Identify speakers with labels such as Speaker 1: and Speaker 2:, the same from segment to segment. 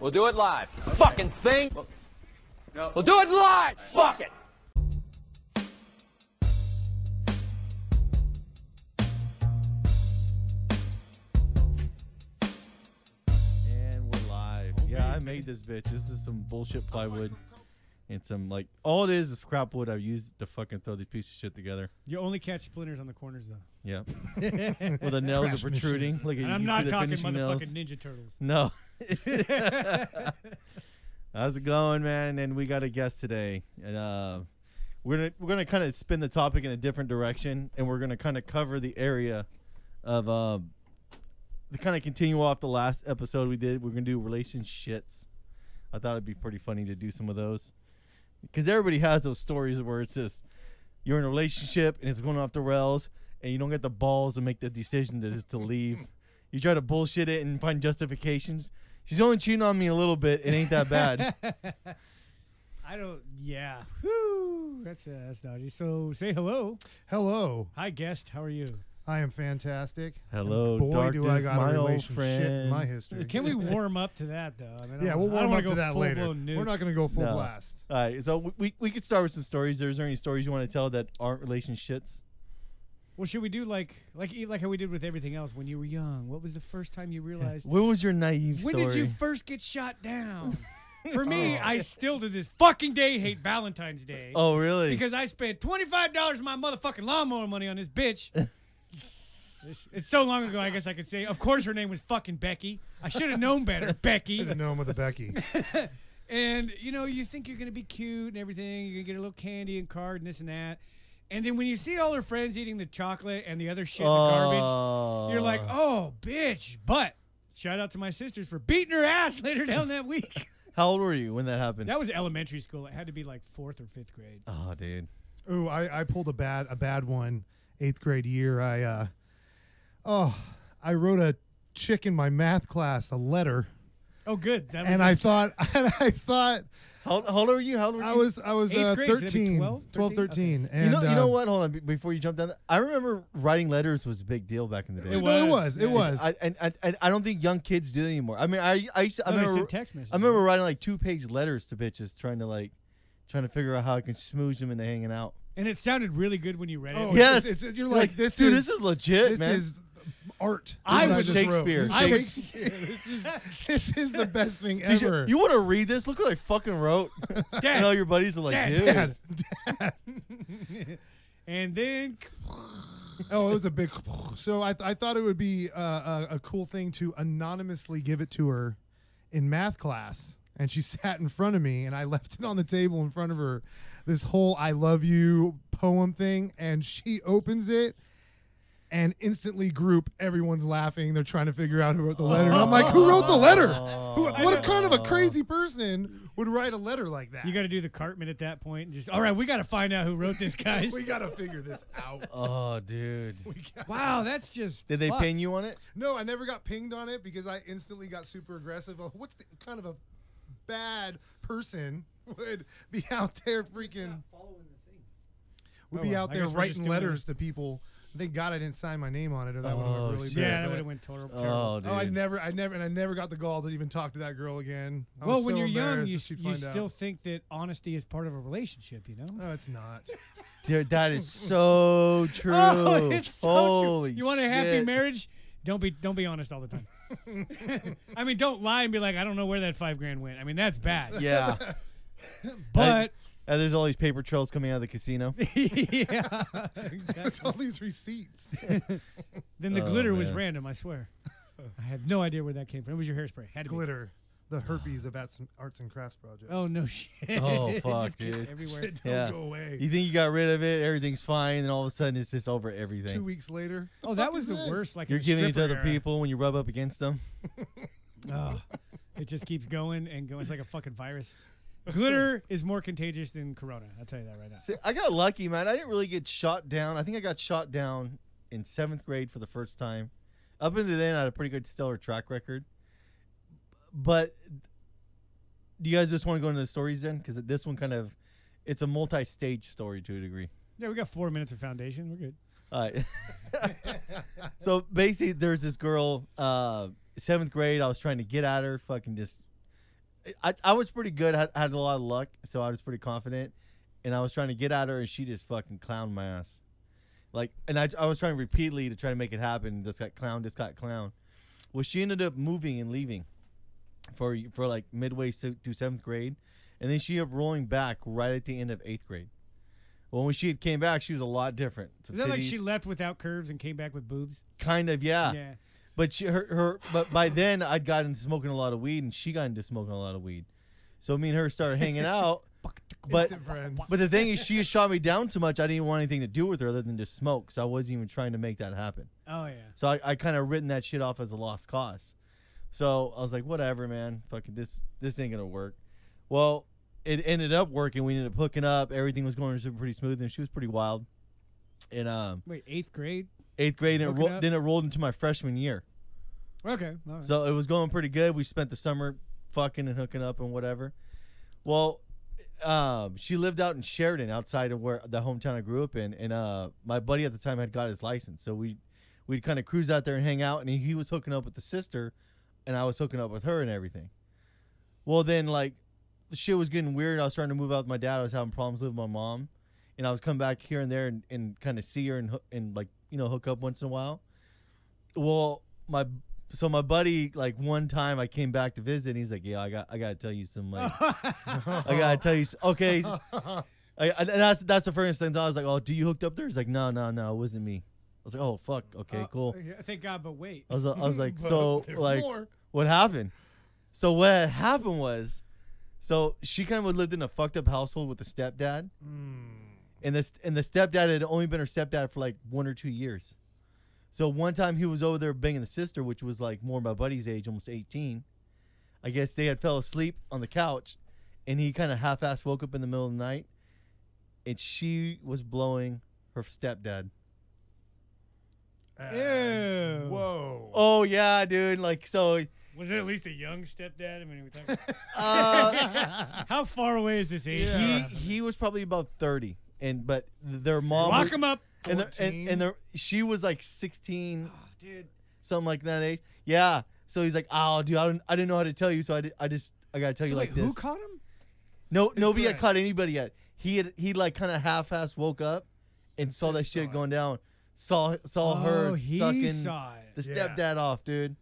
Speaker 1: We'll do it live. Fucking thing. We'll do it live. Fuck it.
Speaker 2: And we're live.
Speaker 3: Oh,
Speaker 2: yeah, I made this bitch. This is some bullshit plywood and some like all it is is scrap wood I've used to fucking throw these pieces of shit together.
Speaker 3: You only catch splinters on the corners, though.
Speaker 2: Yeah. well, the nails are protruding. Look at you. can
Speaker 3: And I'm
Speaker 2: see
Speaker 3: not
Speaker 2: the
Speaker 3: talking
Speaker 2: finishing
Speaker 3: motherfucking
Speaker 2: nails.
Speaker 3: Ninja Turtles.
Speaker 2: No. How's it going, man? And we got a guest today, and uh, we're gonna, we're gonna kind of spin the topic in a different direction, and we're gonna kind of cover the area of um, the kind of continue off the last episode we did. We're gonna do relationships. I thought it'd be pretty funny to do some of those because everybody has those stories where it's just you're in a relationship and it's going off the rails, and you don't get the balls to make the decision that is to leave. You try to bullshit it and find justifications. She's only cheating on me a little bit. It ain't that bad.
Speaker 3: I don't. Yeah. Whoo. That's uh, that's dodgy. So say hello.
Speaker 4: Hello,
Speaker 3: Hi, guest. How are you?
Speaker 4: I am fantastic.
Speaker 2: Hello,
Speaker 4: Boy,
Speaker 2: darkness,
Speaker 4: do I got
Speaker 2: my
Speaker 4: a
Speaker 2: old
Speaker 4: relationship
Speaker 2: friend.
Speaker 4: in my history.
Speaker 3: Can we warm up to that though? I mean, I
Speaker 4: yeah,
Speaker 3: don't-
Speaker 4: we'll
Speaker 3: I don't
Speaker 4: warm
Speaker 3: wanna
Speaker 4: up to
Speaker 3: go
Speaker 4: that
Speaker 3: full
Speaker 4: later.
Speaker 3: blown nuke.
Speaker 4: We're not going to go full
Speaker 2: No.
Speaker 4: blast.
Speaker 2: All right, so we, we, we could start with some stories. Is there any stories you want to tell that aren't relationships?
Speaker 3: well, should we do like like e- like how we did with everything else when you were young? What was the first time you realized?
Speaker 2: When was your naive
Speaker 3: When
Speaker 2: story?
Speaker 3: did you first get shot down? For me,
Speaker 4: Oh.
Speaker 3: I still to this fucking day hate Valentine's Day.
Speaker 2: oh, really?
Speaker 3: because I spent twenty five dollars of my motherfucking lawnmower money on this bitch. It's- it's so long ago, I guess I could say. Of course, her name was fucking Becky. I should have known better, Becky.
Speaker 4: Should have known with a Becky.
Speaker 3: And you know, you think you're gonna be cute and everything. You're gonna get a little candy and card and this and that. And then when you see all her friends eating the chocolate and the other shit in the garbage, you're like,
Speaker 2: Oh.
Speaker 3: oh, bitch. But shout out to my sisters for beating her ass later down that week.
Speaker 2: How old were you when that happened?
Speaker 3: that was elementary school. It had to be like fourth or fifth grade.
Speaker 2: Oh, dude.
Speaker 4: Ooh, I, I pulled a bad a bad one. Eighth grade year, I uh, oh, I wrote a chick in my math class a letter,
Speaker 3: Oh, good. That was this
Speaker 4: and I thought and I thought
Speaker 2: How, how old were you? How old were
Speaker 4: I
Speaker 2: you?
Speaker 4: was I was
Speaker 3: Eighth
Speaker 4: uh,
Speaker 3: grade, so that'd be
Speaker 4: 13,
Speaker 3: 12,
Speaker 4: 12,
Speaker 3: 13?
Speaker 4: 13. And
Speaker 2: you know, you know
Speaker 4: uh,
Speaker 2: what? Hold on. be- Before you jump down, I remember writing letters was a big deal back in the day.
Speaker 4: It, no, it
Speaker 3: was,
Speaker 4: was.
Speaker 3: yeah.
Speaker 4: It was.
Speaker 2: I, and, and, and I don't think young kids do it anymore. I mean, I I, used to, I
Speaker 3: No, they
Speaker 2: remember
Speaker 3: send text messages.
Speaker 2: I remember writing like two page letters to bitches trying to like trying to figure out how I can smooze them into hanging out.
Speaker 3: And it sounded really good when you read it.
Speaker 4: Oh,
Speaker 2: Yeah.
Speaker 4: it's-
Speaker 2: Yes.
Speaker 4: it's- you're like, this
Speaker 2: dude,
Speaker 4: is-
Speaker 2: this is legit,
Speaker 4: this
Speaker 2: man.
Speaker 4: is art.
Speaker 3: I
Speaker 4: that
Speaker 3: would-
Speaker 4: just wrote.
Speaker 2: Shakespeare.
Speaker 4: This
Speaker 3: I would-
Speaker 4: is Shakespeare. This is this is the best thing
Speaker 2: Did you-
Speaker 4: ever.
Speaker 2: you want to read this? Look what I fucking wrote. and all your buddies are like,
Speaker 3: Dad,
Speaker 2: dude.
Speaker 4: Dad,
Speaker 3: And then
Speaker 4: Oh, it was a big. So I, I thought it would be uh, a, a cool thing to anonymously give it to her in math class. And she sat in front of me, and I left it on the table in front of her. This whole I love you poem thing. And she opens it, and instantly, group, everyone's laughing. They're trying to figure out who wrote the letter. And I'm like, who wrote the letter? Who, what kind of a crazy person would write a letter like that?
Speaker 3: you got to do the Cartman at that point and just, all right, we got to find out who wrote this, guys.
Speaker 4: we got to figure this out.
Speaker 2: Oh, dude.
Speaker 4: We got-
Speaker 3: wow, that's just.
Speaker 2: Did they
Speaker 3: fucked.
Speaker 2: pin you on it?
Speaker 4: No, I never got pinged on it because I instantly got super aggressive. Oh, what's the, kind of a bad person would be out there freaking would
Speaker 3: Oh,
Speaker 4: be
Speaker 3: well,
Speaker 4: out
Speaker 3: I
Speaker 4: there
Speaker 3: guess we're just
Speaker 4: writing
Speaker 3: doing
Speaker 4: letters to people? Thank God I didn't sign my name on it, or that would have
Speaker 2: Oh,
Speaker 4: went really
Speaker 2: shit.
Speaker 4: bad.
Speaker 3: Yeah, that
Speaker 4: but-
Speaker 3: would have went total terrible.
Speaker 2: Oh, dude.
Speaker 4: Oh, I never, I never, and I never got the gall to even talk to that girl again. I
Speaker 3: well,
Speaker 4: was
Speaker 3: when
Speaker 4: so
Speaker 3: you're young,
Speaker 4: embarrassed
Speaker 3: you,
Speaker 4: that she'd
Speaker 3: you
Speaker 4: find out.
Speaker 3: still think that honesty is part of a relationship, you know?
Speaker 4: No, it's not.
Speaker 2: Dude, that is so true.
Speaker 3: Oh, it's so
Speaker 2: Holy
Speaker 3: true. You want a happy
Speaker 2: shit.
Speaker 3: marriage? Don't be don't be honest all the time. I mean, don't lie and be like, I don't know where that five grand went. I mean, that's bad.
Speaker 2: Yeah.
Speaker 3: But
Speaker 2: And there's all these paper trails coming out of the casino.
Speaker 3: yeah, exactly.
Speaker 4: it's all these receipts.
Speaker 3: Then the
Speaker 2: Oh,
Speaker 3: glitter was
Speaker 2: man.
Speaker 3: random. I swear. I have no idea where that came from. It was your hairspray. Had to be.
Speaker 4: Glitter, the herpes of arts and- arts and crafts project.
Speaker 3: Oh no shit.
Speaker 2: Oh,
Speaker 3: It
Speaker 2: fuck,
Speaker 3: just gets
Speaker 2: dude.
Speaker 3: Everywhere.
Speaker 4: Shit, don't
Speaker 2: Yeah.
Speaker 4: go away.
Speaker 2: You think you got rid of it, everything's fine, and all of a sudden it's just over everything.
Speaker 4: Two weeks later.
Speaker 3: Oh, that
Speaker 4: fuck
Speaker 3: was
Speaker 4: is
Speaker 3: the
Speaker 4: this?
Speaker 3: worst. Like in
Speaker 2: You're
Speaker 3: the
Speaker 2: giving it to
Speaker 3: stripper
Speaker 2: other
Speaker 3: era.
Speaker 2: people when you rub up against them.
Speaker 3: Ugh. it just keeps going and going. It's like a fucking virus. Glitter is more contagious than Corona. I'll tell you that right now.
Speaker 2: See, I got lucky, man. I didn't really get shot down. I think I got shot down in seventh grade for the first time. Up until then, I had a pretty good stellar track record. But do you guys just want to go into the stories then? Because this one kind of, it's a multi-stage story to a degree.
Speaker 3: Yeah, we got four minutes of foundation. We're good.
Speaker 2: All right. so basically, there's this girl, uh, seventh grade. I was trying to get at her, fucking just I, I was pretty good. I had a lot of luck, so I was pretty confident. And I was trying to get at her, and she just fucking clowned my ass. Like, and I, I was trying repeatedly to try to make it happen. Just got clown, just got clown. Well, she ended up moving and leaving for for like midway se- through seventh grade, and then she ended up rolling back right at the end of eighth grade. Well, when she had came back, she was a lot different. Some
Speaker 3: Is that like she
Speaker 2: titties, Ah.
Speaker 3: left without curves and came back with boobs?
Speaker 2: kind of yeah.
Speaker 3: yeah.
Speaker 2: But she, her, her, but by then I'd gotten to smoking a lot of weed, and she got into smoking a lot of weed. So me and her started hanging out. but
Speaker 4: Instant friends.
Speaker 2: but the thing is, she had shot me down so much I didn't want anything to do with her other than just smoke. So I wasn't even trying to make that happen.
Speaker 3: Oh yeah.
Speaker 2: So I, I kind of written that shit off as a lost cause. So I was like, whatever, man. Fucking this this ain't gonna work. Well, it ended up working. We ended up hooking up. Everything was going super pretty smooth, and she was pretty wild. And um,
Speaker 3: Wait, eighth grade?
Speaker 2: eighth grade, and it
Speaker 3: Hooking
Speaker 2: ro-
Speaker 3: up?
Speaker 2: then it rolled into my freshman year.
Speaker 3: Okay. all right.
Speaker 2: So it was going pretty good. We spent the summer fucking and hooking up and whatever. Well, um, she lived out in Sheridan, outside of where the hometown I grew up in, and uh, my buddy at the time had got his license, so we we'd kind of cruise out there and hang out, and he, he was hooking up with the sister, and I was hooking up with her and everything. Well, then like the shit was getting weird. I was starting to move out with my dad. I was having problems with my mom, and I was coming back here and there and, and kind of see her and hoo- and like you know hook up once in a while. Well, my so my buddy like one time I came back to visit. and He's like, yeah, I got I gotta tell you some like I gotta tell you s- okay. I, I- and that's that's the first thing I was like, oh, do you hooked up there? He's like, no, no, no, it wasn't me. I was like, oh fuck, okay,
Speaker 3: Uh,
Speaker 2: cool. Oh,
Speaker 3: yeah, Thank God, but wait.
Speaker 2: I was, I was like, so
Speaker 4: there's
Speaker 2: like,
Speaker 4: more.
Speaker 2: what happened? So what had happened was, so she kind of lived in a fucked up household with the stepdad, Hmm. and this and the stepdad had only been her stepdad for like one or two years. So one time he was over there banging the sister, which was like more my buddy's age, almost eighteen. I guess they had fell asleep on the couch, and he kind of half-ass woke up in the middle of the night, and she was blowing her stepdad.
Speaker 3: Ew.
Speaker 4: Whoa.
Speaker 2: Oh yeah, dude! Like so.
Speaker 3: Was it at least a young stepdad? I mean, we talking-
Speaker 2: Uh,
Speaker 3: how far away is this age?
Speaker 2: he he was probably about 30 and but their mom
Speaker 3: Lock
Speaker 2: was-
Speaker 3: him up. Ah,
Speaker 2: and, their, and,
Speaker 4: 14?
Speaker 2: and their, she was like 16
Speaker 3: dude.
Speaker 2: something like that age yeah so he's like oh dude i don't i didn't know how to tell you so i, did, I just i gotta tell you like this
Speaker 3: who caught him?
Speaker 2: no nobody had
Speaker 4: friend.
Speaker 2: caught anybody yet he had he like kind of half-ass woke up and, saw that shit
Speaker 4: saw it.
Speaker 2: going down saw saw her
Speaker 3: oh, he
Speaker 2: sucking
Speaker 3: saw it.
Speaker 2: the
Speaker 4: Yeah.
Speaker 2: stepdad off dude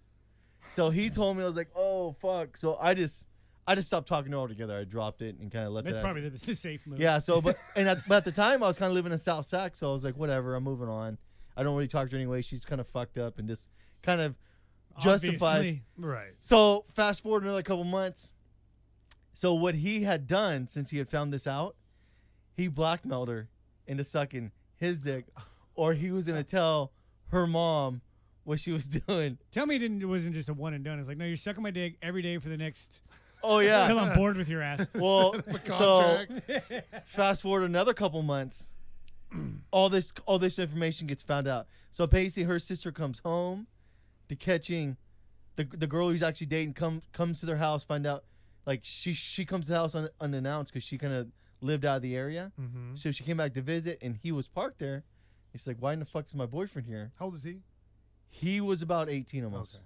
Speaker 2: so he told me i was like oh fuck so i just i just stopped talking to her altogether i dropped it and kind of left
Speaker 3: That's
Speaker 2: it as-
Speaker 3: probably the, the safe move.
Speaker 2: yeah. So, but and at, but at the time I was kind of living in South Sac, so I was like, whatever, I'm moving on. I don't really talk to her anyway. She's kind of fucked up and just kind of justifies.
Speaker 3: Obviously.
Speaker 4: Right.
Speaker 2: So fast forward another couple months. So what he had done since he had found this out, he blackmailed her into sucking his dick, or he was gonna tell her mom what she was doing.
Speaker 3: Tell me it, didn't, it wasn't just a one and done. It's like, no, you're sucking my dick every day for the next.
Speaker 2: Oh yeah.
Speaker 3: Till I'm bored with your ass.
Speaker 2: Well, so
Speaker 4: Contract.
Speaker 2: fast forward another couple months all this all this information gets found out so basically her sister comes home to catching the, the girl he's actually dating come comes to their house find out like she she comes to the house un, unannounced because she kind of lived out of the area so she came back to visit and he was parked there He's like why in the fuck is my boyfriend here
Speaker 4: How old is he?
Speaker 2: he was about 18 almost
Speaker 4: Okay.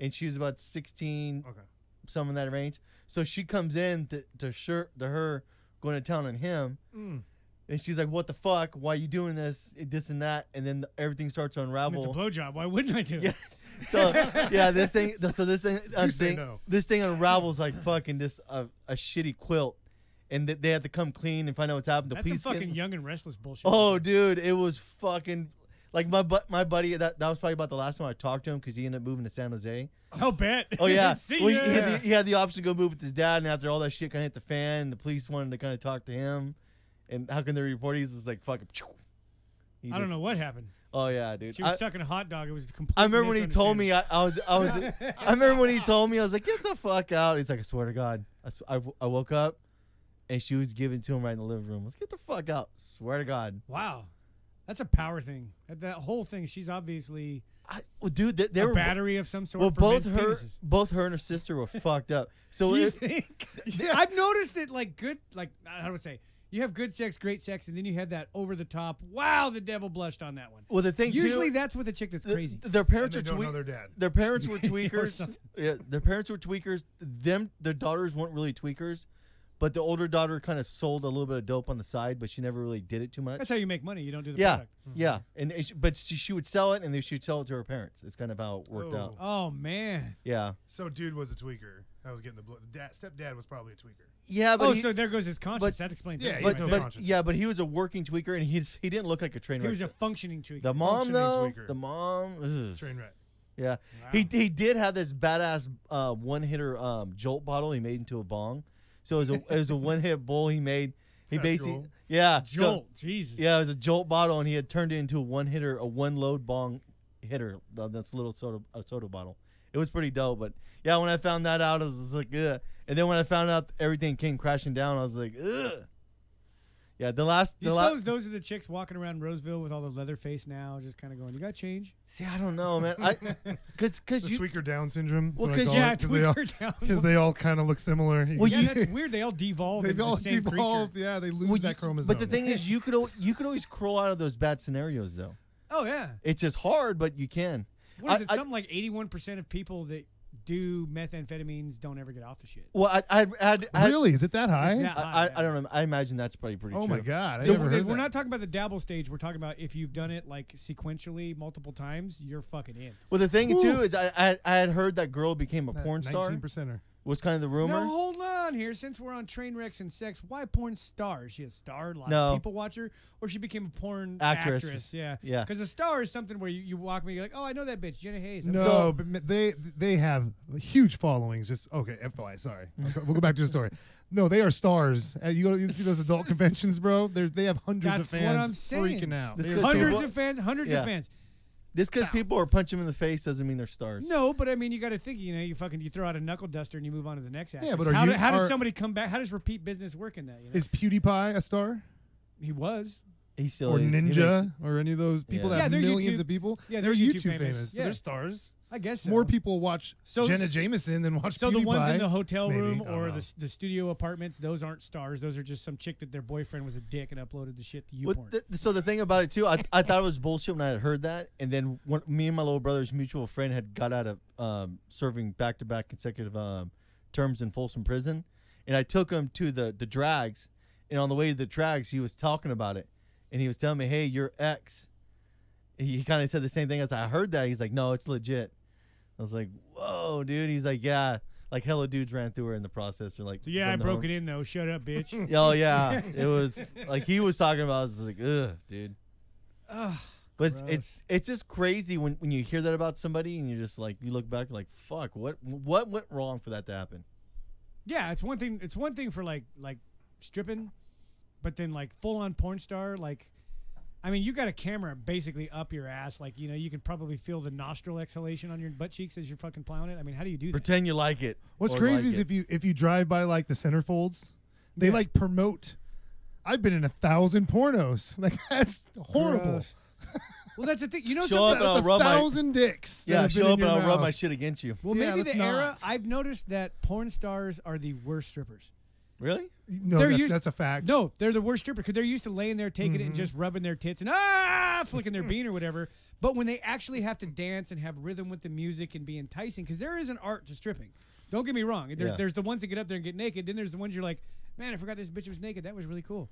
Speaker 2: and she was about 16
Speaker 4: Okay.
Speaker 2: some in that range. So she comes in to to, sure, to her going to town on him,
Speaker 4: Mm.
Speaker 2: and she's like, "What the fuck? Why you doing this? It- This and that?" And then everything starts to
Speaker 3: It's a
Speaker 2: unravel.
Speaker 3: blowjob. Why wouldn't I do it?
Speaker 2: Yeah. so yeah, this thing. So this thing. uh,
Speaker 4: say
Speaker 2: thing-
Speaker 4: no.
Speaker 2: This thing unravels like fucking just a, a shitty quilt, and th- they have to come clean and find out what's happened. The
Speaker 3: That's some
Speaker 2: police get-
Speaker 3: fucking young and restless bullshit.
Speaker 2: Oh, dude, it was fucking. Like my bu- my buddy, that, that was probably about the last time I talked to him because he ended up moving to San Jose.
Speaker 3: I'll bet.
Speaker 2: Oh yeah,
Speaker 3: See
Speaker 2: well, he,
Speaker 3: ya.
Speaker 2: he had the, he had the option to go move with his dad, and after all that shit kind of hit the fan, and the police wanted to kind of talk to him, and how can they report? He's just like fuck. phew. He
Speaker 3: I don't
Speaker 2: just-
Speaker 3: know what happened.
Speaker 2: Oh yeah, dude.
Speaker 3: She was
Speaker 2: I,
Speaker 3: sucking a hot dog. It was complete.
Speaker 2: I remember when he told me. I, I was I was. I remember when he told me. I was like, get the fuck out. He's like, I swear to God, I, sw- I, w- I woke up, and she was giving to him right in the living room. I was like, get the fuck out. Swear to God.
Speaker 3: Wow, that's a power thing. That, that whole thing. She's obviously
Speaker 2: I, well, dude, they, they
Speaker 3: a
Speaker 2: were
Speaker 3: battery of some sort.
Speaker 2: well.
Speaker 3: for
Speaker 2: Both
Speaker 3: men's
Speaker 2: her,
Speaker 3: penises.
Speaker 2: both her and her sister were fucked up. So
Speaker 3: You
Speaker 2: it,
Speaker 3: think? I've noticed it. Like good. Like I- how do I say? you have good sex, great sex, and then you have that over the top. Wow, the devil blushed on that one.
Speaker 2: Well, the thing
Speaker 3: Usually
Speaker 2: too,
Speaker 3: that's with a chick that's
Speaker 2: th-
Speaker 3: crazy.
Speaker 2: their parents
Speaker 4: they
Speaker 2: are
Speaker 4: don't know
Speaker 2: tweak-
Speaker 4: they're dead.
Speaker 2: Their parents were tweakers.
Speaker 3: something.
Speaker 2: yeah, their parents were tweakers. Them, their daughters weren't really tweakers, but the older daughter kind of sold a little bit of dope on the side, but she never really did it too much.
Speaker 3: that's how you make money. You don't do the
Speaker 2: yeah,
Speaker 3: product.
Speaker 2: yeah, and it, but she, she would sell it, and then she would sell it to her parents. It's kind of how it worked
Speaker 4: Oh.
Speaker 2: out.
Speaker 3: Oh man.
Speaker 2: Yeah,
Speaker 4: So dude was a tweaker. I was getting the blood. Dad, stepdad was probably a tweaker.
Speaker 2: yeah, but
Speaker 3: oh,
Speaker 2: he,
Speaker 3: so there goes his conscience.
Speaker 2: but-
Speaker 3: that explains
Speaker 4: Yeah,
Speaker 3: it.
Speaker 4: he's
Speaker 2: but,
Speaker 3: Right
Speaker 4: no
Speaker 3: there.
Speaker 2: but
Speaker 4: conscience.
Speaker 2: yeah, but he was a working tweaker, and he he didn't look like a train
Speaker 3: he was a
Speaker 2: wreck.
Speaker 3: functioning tweaker.
Speaker 2: The mom
Speaker 4: functioning
Speaker 2: though,
Speaker 4: tweaker.
Speaker 2: the mom, ugh,
Speaker 4: Train wreck.
Speaker 2: yeah, he he did have this badass uh, one hitter um, jolt bottle he made into a bong. So it was a it was a one hit bowl he made. He
Speaker 4: That's
Speaker 2: basically
Speaker 4: cool.
Speaker 2: yeah so-
Speaker 3: Jolt. Jesus.
Speaker 2: yeah, it was a jolt bottle, and he had turned it into a one hitter, a one load bong hitter. th- That's a little soda, a soda bottle. It was pretty dope, but yeah, when I found that out, I was like, ugh. And then when I found out everything came crashing down, I was like, ugh. Yeah, the last,
Speaker 3: You
Speaker 2: the last.
Speaker 3: suppose those are the chicks walking around Roseville with all the leather face now, just kind of going, "You got change?"
Speaker 2: See, I don't know, man. I, cause, cause
Speaker 4: The
Speaker 2: you,
Speaker 4: tweaker Down syndrome.
Speaker 2: Well, 'cause-
Speaker 4: because
Speaker 2: yeah,
Speaker 4: they all,
Speaker 3: tweaker down.
Speaker 4: because they all kind of look similar.
Speaker 2: Well,
Speaker 3: yeah,
Speaker 2: you-
Speaker 3: that's weird. They all devolve
Speaker 4: They've
Speaker 3: into
Speaker 4: all
Speaker 3: the same
Speaker 4: evolved.
Speaker 3: creature.
Speaker 4: Yeah, they lose
Speaker 2: well, you-
Speaker 4: that chromosome.
Speaker 2: But the thing is, you could, al- you could always crawl out of those bad scenarios, though.
Speaker 3: Oh yeah.
Speaker 2: It's just hard, but you can. I-
Speaker 3: What is it?
Speaker 2: I-
Speaker 3: Something like eighty-one percent of people that do methamphetamines don't ever get off the shit.
Speaker 2: Well, I, I, I, I,
Speaker 4: really is it that high?
Speaker 3: It's that
Speaker 2: I, I,
Speaker 3: high,
Speaker 2: I
Speaker 3: man.
Speaker 2: don't know. I imagine that's probably pretty.
Speaker 4: oh
Speaker 2: true.
Speaker 4: my god! I
Speaker 2: The-
Speaker 4: never
Speaker 3: We're
Speaker 4: heard that.
Speaker 3: not talking about the dabble stage. We're talking about if you've done it like sequentially multiple times, you're fucking in.
Speaker 2: Well, the thing too
Speaker 4: Woo.
Speaker 2: is, I, I I had heard that girl became a
Speaker 4: That
Speaker 2: porn star.
Speaker 4: 19%er.
Speaker 2: Was kind of the rumor.
Speaker 3: Now hold on here. Since we're on train wrecks and sex, why porn star? Is she a star? Lots
Speaker 2: No.
Speaker 3: of people watch her, or she became a porn
Speaker 2: Actress.
Speaker 3: Yeah,
Speaker 2: Yeah.
Speaker 3: Because a star is something where you, you walk me, you're like, oh, I know that bitch, Jenna Hayes. I'm
Speaker 4: No,
Speaker 3: like,
Speaker 2: So-
Speaker 4: but ma- they they have huge followings. Just okay, FYI, sorry.
Speaker 3: Mm.
Speaker 4: Okay, we'll go back to the story. No, they are stars. Uh, you go, you see those adult conventions, bro. They're, they have hundreds of
Speaker 3: That's what I'm
Speaker 4: fans
Speaker 3: saying.
Speaker 4: freaking out.
Speaker 2: This
Speaker 4: They are
Speaker 2: goes to-
Speaker 3: hundreds
Speaker 2: people-
Speaker 3: of fans, hundreds
Speaker 2: Yeah.
Speaker 3: of fans.
Speaker 2: Just because people are punching them in the face doesn't mean they're stars.
Speaker 3: No, but I mean, you got to think. You know, you fucking you throw out a knuckle duster and you move on to the next. Actress.
Speaker 4: but are
Speaker 3: how,
Speaker 4: you-
Speaker 3: do- how does
Speaker 4: are-
Speaker 3: somebody come back? How does repeat business work in that? You know?
Speaker 4: Is PewDiePie a star
Speaker 3: he was.
Speaker 2: he still
Speaker 4: or
Speaker 2: is. He
Speaker 4: Ninja
Speaker 2: makes-
Speaker 4: or any of those
Speaker 2: Yeah.
Speaker 4: people that
Speaker 3: Yeah,
Speaker 4: have
Speaker 3: they're
Speaker 4: millions
Speaker 3: YouTube-
Speaker 4: of people?
Speaker 3: yeah,
Speaker 4: they're,
Speaker 3: they're
Speaker 4: YouTube,
Speaker 3: YouTube
Speaker 4: famous.
Speaker 3: famous.
Speaker 4: so
Speaker 3: Yeah.
Speaker 4: they're stars.
Speaker 3: I guess so.
Speaker 4: More people watch
Speaker 3: So
Speaker 4: Jenna
Speaker 3: s-
Speaker 4: Jameson than watch
Speaker 3: So the ones in
Speaker 4: PewDiePie.
Speaker 3: the hotel
Speaker 4: Maybe.
Speaker 3: room
Speaker 4: I don't
Speaker 3: or
Speaker 4: know.
Speaker 3: the, s- the studio apartments, those aren't stars. Those are just some chick that their boyfriend was a dick and uploaded the shit to
Speaker 2: What
Speaker 3: YouPorn.
Speaker 2: the- so the thing about it too, I, I thought it was bullshit when I had heard that, and then one, me and my little brother's mutual friend had got out of um, serving back-to-back consecutive um, terms in Folsom Prison, and I took him to the the drags, and on the way to the drags, he was talking about it, and he was telling me, "Hey, your ex," he kind of said the same thing as I heard that. He's like, "No, it's legit." I was like, "Whoa, dude!" He's like, "Yeah." Like hella dudes ran through her in the process. Or like,
Speaker 3: so yeah, I
Speaker 2: when the
Speaker 3: broke
Speaker 2: home-
Speaker 3: it in though. Shut up, bitch.
Speaker 2: Oh yeah, it was like he was talking about. I was like, ugh, dude.
Speaker 3: Ugh,
Speaker 2: But it's,
Speaker 3: gross.
Speaker 2: it's it's just crazy when, when you hear that about somebody and you're just like you look back like fuck what what went wrong for that to happen?
Speaker 3: yeah, it's one thing. It's one thing for like like stripping, but then like full on porn star. Like, I mean, you got a camera basically up your ass. Like, you know, you can probably feel the nostril exhalation on your butt cheeks as you're fucking plowing it. I mean, how do you do that?
Speaker 2: Pretend you like it.
Speaker 4: What's
Speaker 2: or
Speaker 4: crazy
Speaker 2: like
Speaker 4: is
Speaker 2: it.
Speaker 4: if you if you drive by like the centerfolds, they like promote. I've been in a thousand pornos. Like that's horrible.
Speaker 3: Gross. well, that's the thing. You know,
Speaker 2: Show
Speaker 3: something-
Speaker 2: up and I'll
Speaker 4: That's a
Speaker 2: rub my
Speaker 4: thousand dicks. that
Speaker 2: yeah
Speaker 4: have been
Speaker 2: show up
Speaker 4: in
Speaker 2: and
Speaker 4: your
Speaker 2: I'll rub
Speaker 4: mouth.
Speaker 2: my shit against you.
Speaker 3: Well,
Speaker 4: Yeah,
Speaker 3: maybe
Speaker 4: let's
Speaker 3: the era.
Speaker 4: not.
Speaker 3: I've noticed that porn stars are the worst strippers.
Speaker 2: Really?
Speaker 4: No,
Speaker 3: They're
Speaker 4: that's,
Speaker 3: used-
Speaker 4: that's a fact.
Speaker 3: No, they're the worst stripper because they're used to laying there, taking it, and just rubbing their tits and ah, flicking their bean or whatever. But when they actually have to dance and have rhythm with the music and be enticing, because there is an art to stripping. Don't get me wrong. There,
Speaker 2: Yeah.
Speaker 3: There's the ones that get up there and get naked. Then there's the ones you're like, man, I forgot this bitch was naked. That was really cool.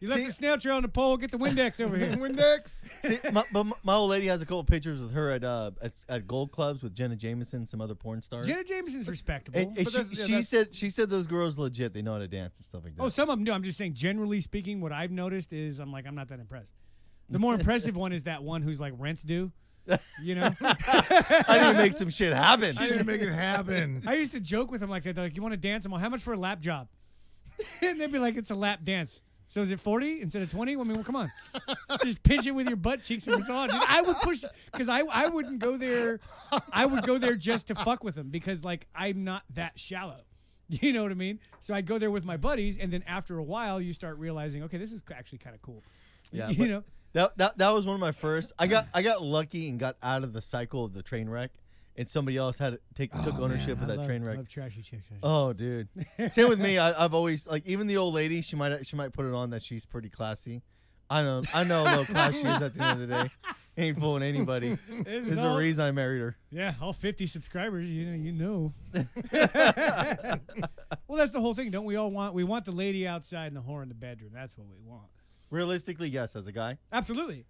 Speaker 3: You left
Speaker 2: See-
Speaker 3: the snail trail on the pole. Get the Windex over here.
Speaker 4: Windex.
Speaker 2: See, my, but my- my old lady has a couple pictures with her at uh at, at gold clubs with Jenna Jameson, some other porn stars.
Speaker 3: Jenna Jameson's respectable.
Speaker 2: and, and
Speaker 4: But
Speaker 2: she,
Speaker 4: that's- yeah,
Speaker 2: she
Speaker 4: that's-
Speaker 2: said she said those girls legit. They know how to dance and stuff like that.
Speaker 3: Oh, some of them do. I'm just saying, generally speaking, what I've noticed is I'm like, I'm not that impressed. The more impressive one is that one who's like rents due. You know,
Speaker 2: I need to make some shit happen.
Speaker 4: I didn't make it happen.
Speaker 3: I used to joke with them like that. They're like, "You want to dance?" I'm like, "How much for a lap job?" and they'd be like, "It's a lap dance." So is it 40 instead of 20? I mean, well, come on, just pinch it with your butt cheeks and it's on. Dude, I would push because I I wouldn't go there. I would go there just to fuck with them because like I'm not that shallow. You know what I mean? So I go there with my buddies, and then after a while, you start realizing, okay, this is actually kind of cool.
Speaker 2: Yeah,
Speaker 3: you
Speaker 2: but-
Speaker 3: know.
Speaker 2: That, that that was one of my first. I got I got lucky and got out of the cycle of the train wreck, and somebody else had to take took ownership of that train wreck.
Speaker 3: Oh, Love trashy chick. trashy.
Speaker 2: Oh, dude. Same with me. I, I've always like even the old lady. She might she might put it on that she's pretty classy. I know I know how low class she is at the end of the day. Ain't fooling anybody.
Speaker 3: This
Speaker 2: There's a
Speaker 3: all-
Speaker 2: reason I married her.
Speaker 3: Yeah, all 50 subscribers, you know, you know. well, that's the whole thing. Don't we all want we want the lady outside and the whore in the bedroom. That's what we want.
Speaker 2: Realistically, yes, as a guy.
Speaker 3: Absolutely.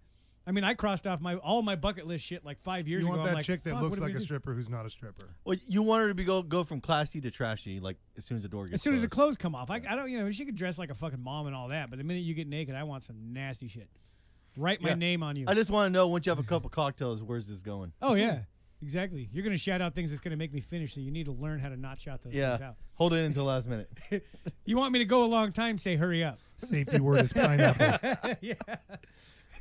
Speaker 3: I mean, I crossed off my all my bucket list shit like 5 years
Speaker 4: You
Speaker 3: ago.
Speaker 4: want
Speaker 3: I'm
Speaker 4: that
Speaker 3: like,
Speaker 4: chick that
Speaker 3: "Fuck,
Speaker 4: looks
Speaker 3: what did
Speaker 4: like
Speaker 3: we
Speaker 4: a
Speaker 3: do?"
Speaker 4: stripper who's not a stripper.
Speaker 2: Well, you want her to be go go from classy to trashy, like as soon as the door gets
Speaker 3: As soon as the
Speaker 2: closed.
Speaker 3: clothes come off. I, I don't, you know, she could dress like a fucking mom and all that, but the minute you get naked, I want some nasty shit. Write my
Speaker 2: Yeah.
Speaker 3: name on you.
Speaker 2: I just want to know once you have a couple cocktails, where's this going?
Speaker 3: oh yeah. Exactly. You're going to shout out things that's going to make me finish, so you need to learn how to not shout those things
Speaker 2: Yeah,
Speaker 3: out.
Speaker 2: hold it until last minute.
Speaker 3: You want me to go a long time, say hurry up.
Speaker 4: Safety word is pineapple.
Speaker 3: yeah.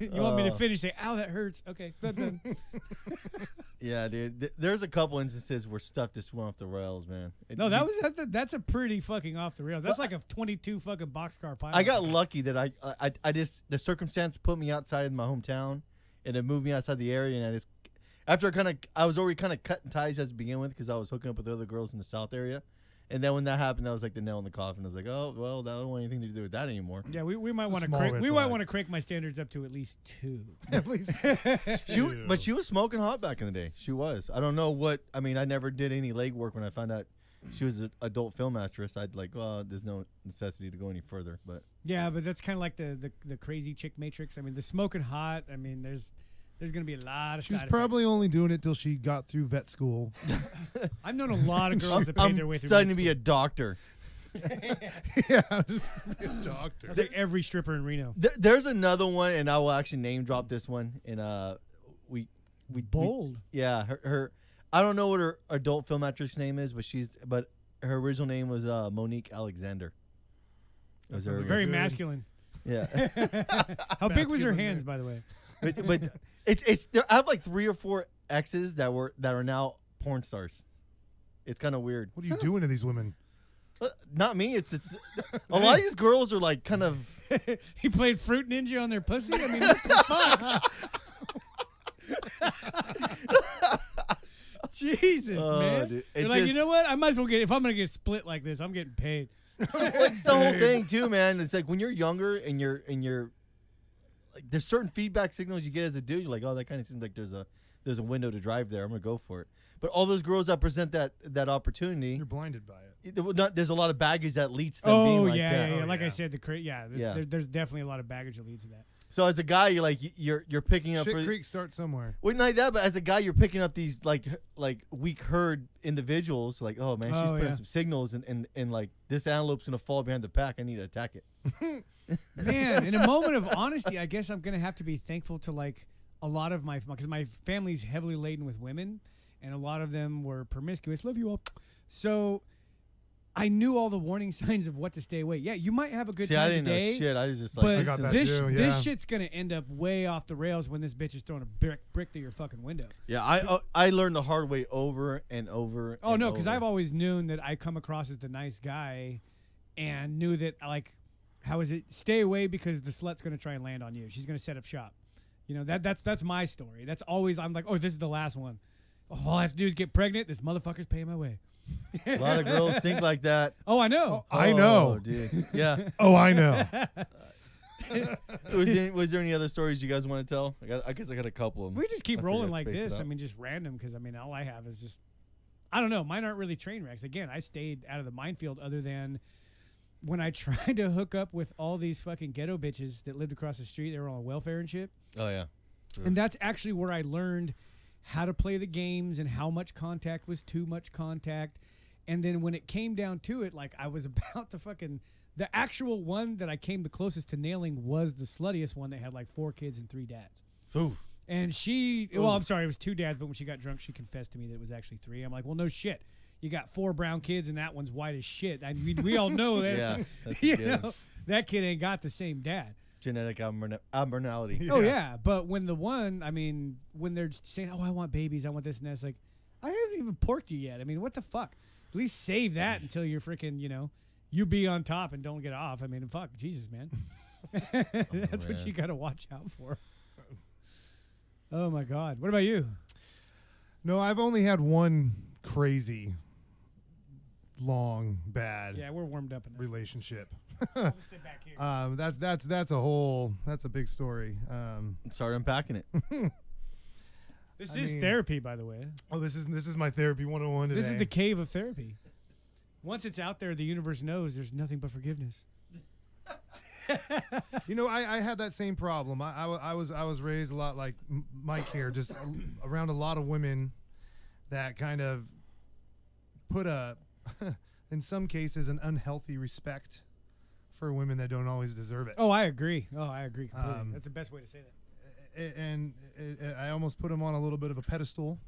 Speaker 3: you want me to
Speaker 2: Uh.
Speaker 3: finish? Say, ow, that hurts. Okay. Dun, dun.
Speaker 2: Yeah, dude. Th- there's a couple instances where stuff just went off the rails, man. It-
Speaker 3: no, that
Speaker 2: you-
Speaker 3: was that's a, that's a pretty fucking off the rails. That's like a 22 fucking boxcar pile.
Speaker 2: I got lucky that I, I I- I just the circumstance put me outside of my hometown, and it moved me outside the area. And I just after kind of I was already kind of cutting ties as to begin with because I was hooking up with other girls in the south area, and then when that happened, that was like the nail in the coffin. I was like, oh well, I don't want anything to do with that anymore.
Speaker 3: Yeah, we, we might
Speaker 4: It's a
Speaker 3: want to
Speaker 4: small
Speaker 3: crank,
Speaker 4: red
Speaker 3: we might
Speaker 4: flag.
Speaker 3: want to crank my standards up to at least two.
Speaker 4: At least.
Speaker 2: She w- but she was smoking hot back in the day. She was. I don't know what I mean. I never did any leg work when I found out she was an adult film actress. I'd like, well, there's no necessity to go any further, but.
Speaker 3: Yeah, but that's kind of like the, the the crazy chick matrix. I mean, the smoking hot. I mean, there's there's gonna be a lot of.
Speaker 4: She was
Speaker 3: side effects.
Speaker 4: probably only doing it till she got through vet school.
Speaker 3: I've known a lot of girls
Speaker 2: I'm,
Speaker 3: that paid their
Speaker 2: I'm
Speaker 3: way through.
Speaker 2: studying
Speaker 3: med
Speaker 2: to be a doctor.
Speaker 4: yeah, I was just be a doctor.
Speaker 3: school. That's like every stripper in Reno.
Speaker 2: There, there's another one, and I will actually name drop this one. And uh, we we we-
Speaker 3: Bold.
Speaker 2: yeah, her, her I don't know what her adult film actress name is, but she's but her original name was uh, Monique Alexander. That was her original-
Speaker 3: Very
Speaker 4: good.
Speaker 3: masculine.
Speaker 2: yeah,
Speaker 3: How big was her
Speaker 4: Masculine
Speaker 3: hands, by the way?
Speaker 2: but, but it's it's there, I have like three or four exes that were that are now porn stars. It's kind of weird.
Speaker 4: What are you doing to these women?
Speaker 2: Uh, Not me. It's it's a lot of these girls are like kind of.
Speaker 3: he played Fruit Ninja on their pussy. I mean, what the fuck? Jesus,
Speaker 2: Oh,
Speaker 3: man.
Speaker 2: dude, it
Speaker 3: You're like, you
Speaker 2: just-
Speaker 3: know what? I might as well get. If I'm gonna get split like this, I'm getting paid.
Speaker 2: It's the whole thing too, man. It's like when you're younger and you're and you're like there's certain feedback signals you get as a dude. You're like, oh, that kind of seems like there's a there's a window to drive there. I'm gonna go for it. But all those girls that present that that opportunity,
Speaker 4: You're blinded by it.
Speaker 2: it- there will not- there's a lot of baggage that leads to them being
Speaker 3: Oh
Speaker 2: like
Speaker 3: yeah,
Speaker 2: that.
Speaker 3: yeah, yeah.
Speaker 4: Oh,
Speaker 3: Like I
Speaker 4: yeah.
Speaker 3: said, the cra- yeah, this,
Speaker 2: Yeah.
Speaker 3: There, there's definitely a lot of baggage that leads to that.
Speaker 2: So as a guy, you're like y- you're you're picking up.
Speaker 4: Shit
Speaker 2: For,
Speaker 4: Creek starts somewhere.
Speaker 2: well, not that, but as a guy, you're picking up these like h- like weak herd individuals. Like, oh man, she's
Speaker 3: Oh,
Speaker 2: putting
Speaker 3: yeah.
Speaker 2: some signals, and, and and like this antelope's gonna fall behind the pack. I need to attack it.
Speaker 3: Man, in a moment of honesty, I guess I'm gonna have to be thankful to like a lot of my because my family's heavily laden with women, and a lot of them were promiscuous. Love you all. So I knew all the warning signs of what to stay away. Yeah, you might have a good
Speaker 2: See,
Speaker 3: time
Speaker 2: I didn't
Speaker 3: today,
Speaker 2: know shit. I was just like,
Speaker 3: but
Speaker 4: I got
Speaker 2: this is-
Speaker 4: that
Speaker 3: this
Speaker 4: too,
Speaker 3: this
Speaker 4: yeah.
Speaker 3: shit's gonna end up way off the rails when this bitch is throwing a brick brick through your fucking window.
Speaker 2: Yeah, I uh, I learned the hard way over and over.
Speaker 3: Oh
Speaker 2: and
Speaker 3: no, because
Speaker 2: over.
Speaker 3: I've always known that I come across as the nice guy, and knew that like, how is it? Stay away because the slut's gonna try and land on you. She's gonna set up shop. You know that that's that's my story. That's always I'm like, oh, this is the last one. All I have to do is get pregnant. This motherfucker's paying my way.
Speaker 2: a lot of girls think like that.
Speaker 3: Oh, I know.
Speaker 4: I
Speaker 2: Oh,
Speaker 4: know.
Speaker 2: dude. Yeah.
Speaker 4: Oh, I know.
Speaker 2: was, there, was there any other stories you guys want to tell? I, got, I guess I got a couple of them.
Speaker 3: we just keep
Speaker 2: I
Speaker 3: rolling
Speaker 2: figured I'd
Speaker 3: like
Speaker 2: space it
Speaker 3: this. I
Speaker 2: out.
Speaker 3: mean, just random because I mean, all I have is just I don't know. Mine aren't really train wrecks. Again, I stayed out of the minefield other than when I tried to hook up with all these fucking ghetto bitches that lived across the street. They were on welfare and shit.
Speaker 2: oh yeah.
Speaker 3: And that's actually where I learned how to play the games and how much contact was too much contact. And then when it came down to it, like I was about to fucking the actual one that I came the closest to nailing was the sluttiest one that had like four kids and three dads.
Speaker 2: Ooh.
Speaker 3: And she, well, I'm sorry, it was two dads, but when she got drunk, she confessed to me that it was actually three. I'm like, well, no shit. You got four brown kids, and that one's white as shit. I mean, we all know that.
Speaker 2: Yeah, that's a
Speaker 3: you
Speaker 2: given.
Speaker 3: know, that kid ain't got the same dad.
Speaker 2: Genetic abnorm- abnormality.
Speaker 3: Oh yeah, but when the one, I mean, when they're saying, "Oh, I want babies, I want this and that," it's like, I haven't even porked you yet. I mean, what the fuck? At least save that until you're freaking, you know, you be on top and don't get off. I mean, fuck, Jesus, man, that's what
Speaker 2: man.
Speaker 3: you got to watch out for. Oh my God, what about you?
Speaker 4: No, I've only had one crazy, long, bad
Speaker 3: Yeah, we're warmed up enough.
Speaker 4: relationship.
Speaker 3: Let's sit back here.
Speaker 4: um, that's that's that's a whole that's a big story. Um,
Speaker 2: Start unpacking it.
Speaker 3: This
Speaker 4: I
Speaker 3: is
Speaker 4: mean-
Speaker 3: therapy, by the way.
Speaker 4: oh, this is this is my therapy 101 today.
Speaker 3: This is the cave of therapy. Once it's out there, the universe knows there's nothing but forgiveness.
Speaker 4: You know, I, I had that same problem. I, I, wa- I was I was raised a lot like M- Mike here, just a- around a lot of women that kind of put a, in some cases, an unhealthy respect for women that don't always deserve it.
Speaker 3: Oh, I agree. Oh, I agree completely.
Speaker 4: Um,
Speaker 3: That's the best way to say that.
Speaker 4: A- and it, it- I almost put them on a little bit of a pedestal.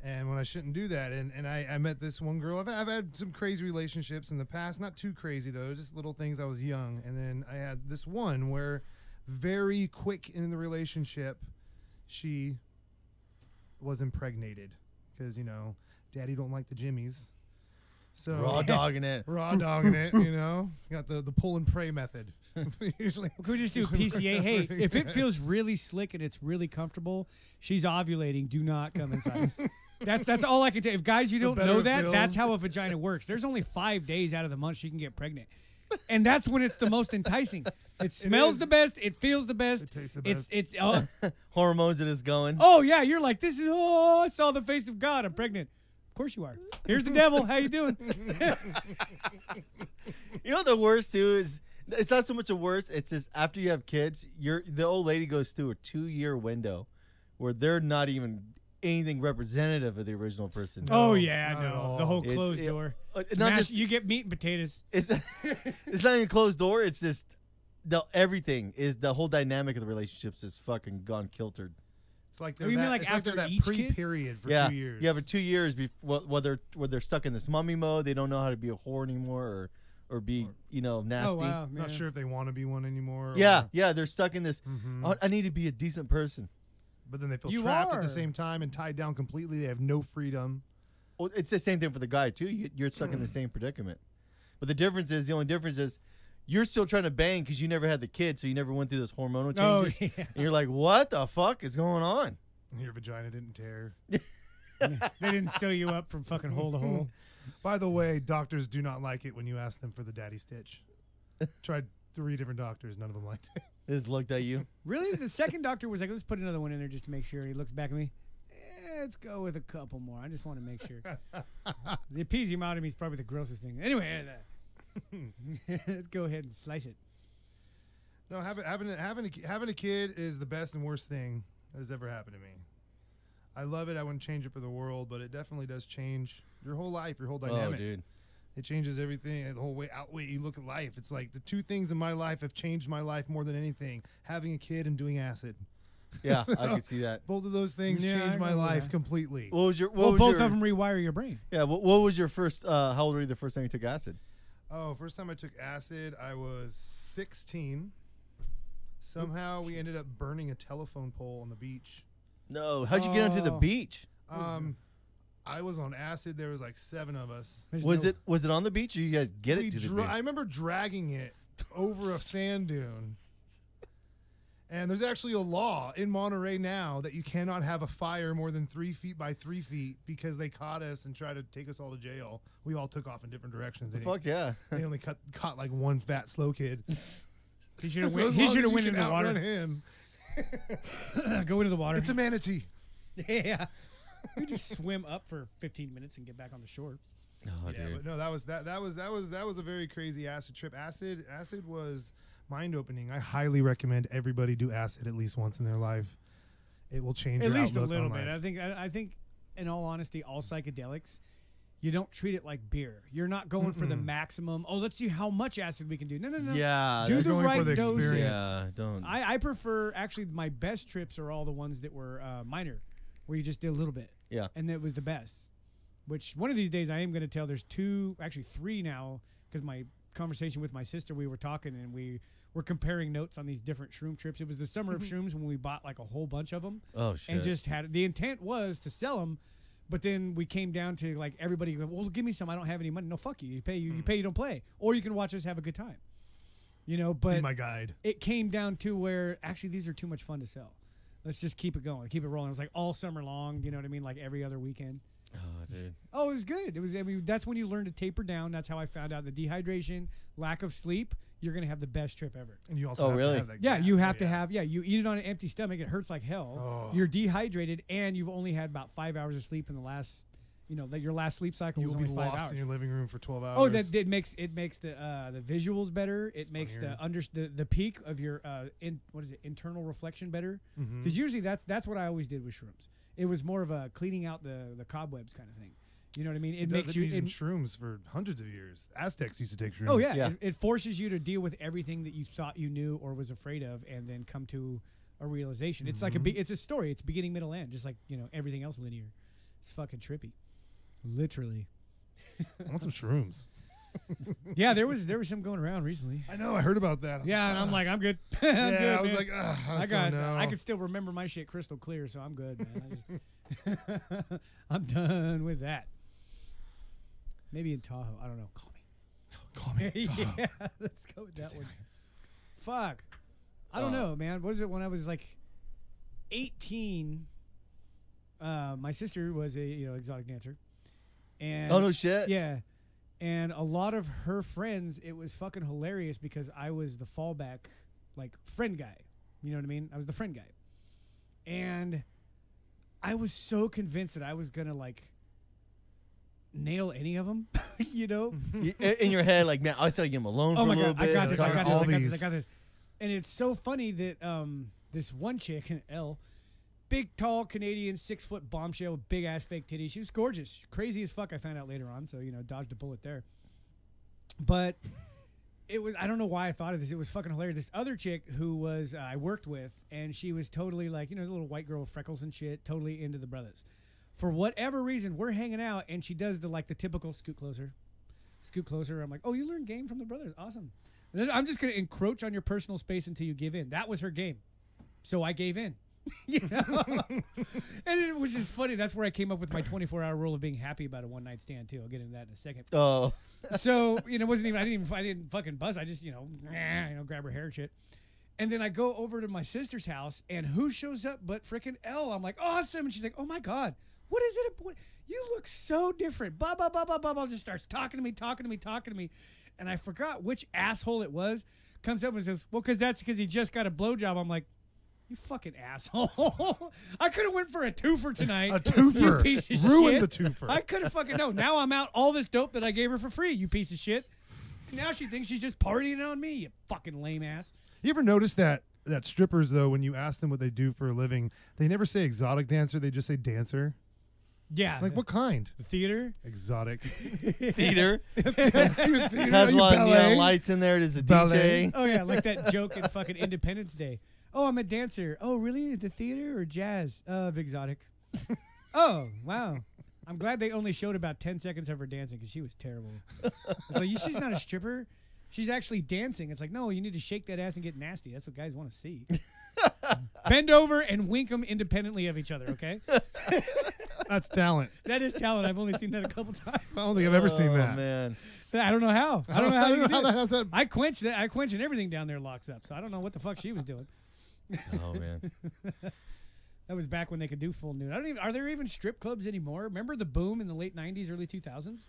Speaker 4: And when I shouldn't do that, and, and I, I met this one girl. I've, I've had some crazy relationships in the past, not too crazy though, just little things. I was young, and then I had this one where, very quick in the relationship, she was impregnated because you know, daddy don't like the jimmies, so
Speaker 2: Raw dogging it.
Speaker 4: raw dogging it. You know, got the the pull and pray method. Usually,
Speaker 3: Could we just do PCA? Hey, if it feels really slick and it's really comfortable, she's ovulating. Do not come inside. that's that's all I can tell. If guys, you don't
Speaker 4: better
Speaker 3: know
Speaker 4: it
Speaker 3: that,
Speaker 4: feels.
Speaker 3: that's how a vagina works. There's only five days out of the month she can get pregnant, and that's when it's the most enticing. It smells
Speaker 4: is.
Speaker 3: the best. It feels the best. It
Speaker 4: tastes the
Speaker 3: It's it's oh,
Speaker 2: Hormones it is going.
Speaker 3: Oh yeah, you're like this is. Oh, I saw the face of God. I'm pregnant. Of course you are. Here's the devil. How you doing?
Speaker 2: You know the worst too is it's not so much the worst. It's just after you have kids, you're the old lady goes through a two year window where they're not even anything representative of the original person.
Speaker 3: oh yeah,
Speaker 4: not at
Speaker 3: no,
Speaker 4: all.
Speaker 3: the whole
Speaker 2: It's-
Speaker 3: closed
Speaker 2: it-
Speaker 3: door.
Speaker 2: Uh, not
Speaker 3: Mash-
Speaker 2: just
Speaker 3: you get meat and potatoes.
Speaker 2: it's, it's not even closed door. It's just the everything is the whole dynamic of the relationships is fucking gone kiltered.
Speaker 4: It's like
Speaker 3: Oh,
Speaker 4: they're
Speaker 3: you
Speaker 4: that,
Speaker 3: mean like
Speaker 4: it's like they're
Speaker 3: after
Speaker 4: that
Speaker 3: each
Speaker 4: pre
Speaker 3: kid?
Speaker 4: period for
Speaker 2: yeah,
Speaker 4: two years.
Speaker 2: you have a two years before where they're where they're stuck in this mummy mode. They don't know how to be a whore anymore or or be you know nasty.
Speaker 3: Oh wow,
Speaker 4: I'm
Speaker 3: man.
Speaker 4: not sure if they want to be one anymore. or-
Speaker 2: Yeah, yeah, they're stuck in this.
Speaker 4: Mhm.
Speaker 2: "Oh, I need to be a decent person.
Speaker 4: but then they feel
Speaker 3: You
Speaker 4: trapped at
Speaker 3: are.
Speaker 4: the same time and tied down completely. They have no freedom.
Speaker 2: Well, it's the same thing for the guy too. You- You're stuck in the same predicament, but the difference is the only difference is you're still trying to bang because you never had the kid, so you never went through those hormonal
Speaker 3: Oh,
Speaker 2: changes.
Speaker 3: yeah.
Speaker 2: And you're like, what the fuck is going on?
Speaker 4: Your vagina didn't tear.
Speaker 3: they didn't sew you up from fucking hole to hole.
Speaker 4: By the way, doctors do not like it when you ask them for the daddy stitch. Tried three different doctors, none of them liked it.
Speaker 2: They Just looked at you.
Speaker 3: Really, the second doctor was like, "Let's put another one in there just to make sure." He looks back at me. "Eh, Let's go with a couple more. I just want to make sure. the episiotomy is probably the grossest thing. Anyway, uh, let's go ahead and slice it.
Speaker 4: No, having having a, having a, ki- having a kid is the best and worst thing that has ever happened to me. I love it. I wouldn't change it for the world, but it definitely does change your whole life, your whole dynamic.
Speaker 2: Oh, dude.
Speaker 4: It changes everything, and the whole way out way you look at life. It's like the two things in my life have changed my life more than anything: having a kid and doing acid.
Speaker 2: Yeah, I could see that.
Speaker 4: Both of those things
Speaker 3: Yeah, I
Speaker 4: changed my
Speaker 3: remember
Speaker 4: life
Speaker 3: that.
Speaker 4: completely.
Speaker 2: What was your? What
Speaker 3: Well,
Speaker 2: was
Speaker 3: both
Speaker 2: your,
Speaker 3: of them rewire your brain.
Speaker 2: Yeah. What, what was your first? Uh, how old were you the first time you took acid?
Speaker 4: Oh, first time I took acid, I was 16. Somehow we ended up burning a telephone pole on the beach.
Speaker 2: No. How'd you get onto the
Speaker 3: Oh.
Speaker 2: beach?
Speaker 4: Um, I was on acid. There was like seven of us.
Speaker 3: There's
Speaker 2: Was
Speaker 3: no-
Speaker 2: it was it on the beach or you guys get
Speaker 4: We
Speaker 2: it to the
Speaker 4: dra- I
Speaker 2: beach?
Speaker 4: remember dragging it over a sand dune. And there's actually a law in Monterey now that you cannot have a fire more than three feet by three feet because they caught us and tried to take us all to jail. We all took off in different directions. They,
Speaker 2: Fuck yeah. Oh,
Speaker 4: they only cut, caught like one fat slow kid.
Speaker 3: He should have
Speaker 4: So
Speaker 3: went.
Speaker 4: as
Speaker 3: He
Speaker 4: long
Speaker 3: should have
Speaker 4: as you
Speaker 3: went
Speaker 4: can
Speaker 3: in the
Speaker 4: outrun
Speaker 3: water.
Speaker 4: Him.
Speaker 3: Go into the water.
Speaker 4: It's a manatee.
Speaker 3: yeah. You just swim up for 15 minutes and get back on the shore.
Speaker 2: Oh,
Speaker 4: Yeah, but
Speaker 2: dude.
Speaker 4: no, that was that that was that was that was a very crazy acid trip. Acid acid was mind opening. I highly recommend everybody do acid at least once in their life. It will change
Speaker 3: At
Speaker 4: your
Speaker 3: least a
Speaker 4: outlook
Speaker 3: little
Speaker 4: on
Speaker 3: bit. I
Speaker 4: life.
Speaker 3: think. I, I think, in all honesty, all psychedelics, you don't treat it like beer. You're not going for the maximum. Oh, let's see how much acid we can do. No, no, no.
Speaker 2: Yeah.
Speaker 3: Do
Speaker 2: that's-
Speaker 3: the
Speaker 4: going for
Speaker 3: right
Speaker 4: the
Speaker 3: dosage.
Speaker 4: experience.
Speaker 2: yeah. Don't.
Speaker 3: I, I prefer actually my best trips are all the ones that were uh, minor, where you just did a little bit.
Speaker 2: Yeah.
Speaker 3: and it was the best. Which one of these days I am going to tell. There's two, actually three now, because my conversation with my sister, we were talking and we were comparing notes on these different shroom trips. It was the summer of shrooms when we bought like a whole bunch of them
Speaker 2: Mm-hmm. Oh shit.
Speaker 3: and just had the intent was to sell them, but then we came down to like everybody. go, Well, give me some. I don't have any money. No, fuck you. You pay
Speaker 2: Mm.
Speaker 3: you. You pay. You don't play. Or you can watch us have a good time. You know,
Speaker 4: Be
Speaker 3: but
Speaker 4: my guide.
Speaker 3: it came down to where actually these are too much fun to sell. let's just keep it going, keep it rolling. It was like all summer long. You know what I mean? Like every other weekend.
Speaker 2: Oh, dude.
Speaker 3: Oh, it was good. It was. I mean, that's when you learn to taper down. That's how I found out the dehydration, lack of sleep. You're gonna have the best trip ever.
Speaker 4: And you also
Speaker 2: Oh,
Speaker 4: have
Speaker 2: really?
Speaker 4: to have that
Speaker 3: Yeah,
Speaker 4: gap.
Speaker 3: you have to have. Yeah, you eat it on an empty stomach. It hurts like hell.
Speaker 4: Oh.
Speaker 3: You're dehydrated, and you've only had about five hours of sleep in the last. You know that your last sleep cycle
Speaker 4: You
Speaker 3: was
Speaker 4: will be
Speaker 3: only five
Speaker 4: lost
Speaker 3: hours.
Speaker 4: in your living room for 12 hours.
Speaker 3: Oh, that it makes it makes the uh, the visuals better. It makes
Speaker 4: funnier.
Speaker 3: the under the, the peak of your uh, in what is it internal reflection better. Because
Speaker 4: Mm-hmm.
Speaker 3: usually that's that's what I always did with shrooms. It was more of a cleaning out the the cobwebs kind of thing. You know what I mean? It,
Speaker 4: It
Speaker 3: makes
Speaker 4: makes
Speaker 3: you.
Speaker 4: using
Speaker 3: It,
Speaker 4: shrooms for hundreds of years. Aztecs used to take shrooms.
Speaker 3: oh yeah,
Speaker 2: Yeah.
Speaker 3: It, it forces you to deal with everything that you thought you knew or was afraid of, and then come to a realization. It's like a
Speaker 4: Mm-hmm.
Speaker 3: be- it's a story. It's beginning, middle, end. Just like you know everything else linear. It's fucking trippy. Literally.
Speaker 4: I want some shrooms.
Speaker 3: yeah, there was there was some going around recently.
Speaker 4: I know. I heard about that. I was
Speaker 3: Yeah,
Speaker 4: like,
Speaker 3: and I'm
Speaker 4: "Ugh."
Speaker 3: like, I'm good. I'm
Speaker 4: yeah.
Speaker 3: good,
Speaker 4: I was
Speaker 3: man.
Speaker 4: like, "Oh, Ugh, I,
Speaker 3: I
Speaker 4: just
Speaker 3: got,
Speaker 4: don't know.
Speaker 3: I can still remember my shit crystal clear, so I'm good, man. I just, I'm done with that. Maybe in Tahoe, I don't know. Call me.
Speaker 4: call me. Tahoe.
Speaker 3: yeah, let's go with that
Speaker 4: say
Speaker 3: one. Fuck, I don't
Speaker 2: Uh,
Speaker 3: know, man. What is it when I was like 18? Uh, my sister was a you know exotic dancer, and
Speaker 2: Oh no shit.
Speaker 3: yeah. And a lot of her friends, it was fucking hilarious because I was the fallback, like, friend guy. You know what I mean? I was the friend guy. And I was so convinced that I was going to, like, nail any of them, you know?
Speaker 2: You- i- in your head, like man, I saw him alone for
Speaker 3: oh
Speaker 2: a
Speaker 3: my
Speaker 2: little
Speaker 3: God.
Speaker 2: bit.
Speaker 3: I got this. I
Speaker 2: talk-
Speaker 3: got this.
Speaker 4: all
Speaker 3: I got this. I
Speaker 4: these.
Speaker 3: got this. And it's so funny that um, this one chick, L, big, tall Canadian, six foot bombshell, with big ass fake titties. She was gorgeous, crazy as fuck. I found out later on, so you know, dodged a bullet there. But it was I don't know why I thought of this. It was fucking hilarious. This other chick who was uh, I worked with, and she was totally like you know, the little white girl with freckles and shit, totally into the brothers. For whatever reason, we're hanging out, and she does the like the typical scoot closer, scoot closer. I'm like, oh, you learned game from the brothers, awesome. And then I'm just gonna encroach on your personal space until you give in. That was her game, so I gave in. you know, and it was just funny. That's where I came up with my 24 hour rule of being happy about a one night stand too. I'll get into that in a second
Speaker 2: Oh,
Speaker 3: so you know, it wasn't even I didn't even I didn't fucking buzz. I just you know, you know, grab her hair and shit. And then I go over to my sister's house, and who shows up but freaking L? I'm like, awesome. And she's like, oh my god, what is it? What, you look so different. Blah blah blah blah blah blah. Just starts talking to me, talking to me, talking to me, and I forgot which asshole it was. Comes up and says, well, because that's because he just got a blowjob. I'm like. You fucking asshole! I could have went for a twofer tonight.
Speaker 4: A
Speaker 3: You
Speaker 4: twofer.
Speaker 3: piece of
Speaker 4: Ruined
Speaker 3: shit.
Speaker 4: the twofer.
Speaker 3: I could have fucking no. Now I'm out all this dope that I gave her for free. You piece of shit. Now she thinks she's just partying on me. You fucking lame ass.
Speaker 4: You ever notice that that strippers though, when you ask them what they do for a living, they never say exotic dancer. They just say dancer.
Speaker 3: Yeah.
Speaker 4: Like what kind?
Speaker 3: The theater.
Speaker 4: Exotic.
Speaker 2: theater
Speaker 4: You theater,
Speaker 2: has a
Speaker 4: you
Speaker 2: lot of
Speaker 4: ballet?
Speaker 2: neon lights in there. It is a
Speaker 4: Ballet.
Speaker 2: DJ.
Speaker 3: Oh yeah, like that joke in fucking Independence Day. Oh, I'm a dancer. Oh, really? The theater or jazz? Uh, exotic. oh wow. I'm glad they only showed about ten seconds of her dancing because she was terrible. It's like she's not a stripper. She's actually dancing. It's like no, you need to shake that ass and get nasty. That's what guys want to see. Bend over and wink them independently of each other. Okay,
Speaker 4: That's talent.
Speaker 3: that is talent. I've only seen that a couple times.
Speaker 4: I don't think I've ever seen
Speaker 2: Oh,
Speaker 4: that.
Speaker 2: man.
Speaker 3: I don't know how. I don't know how.
Speaker 4: I
Speaker 3: you
Speaker 4: don't know
Speaker 3: do
Speaker 4: how
Speaker 3: it.
Speaker 4: that has that.
Speaker 3: I quench that. I quench and everything down there locks up. So I don't know what the fuck she was doing.
Speaker 2: Oh man.
Speaker 3: That was back when they could do full nude. I don't even. Are there even strip clubs anymore? Remember the boom in the late '90s, early 2000s?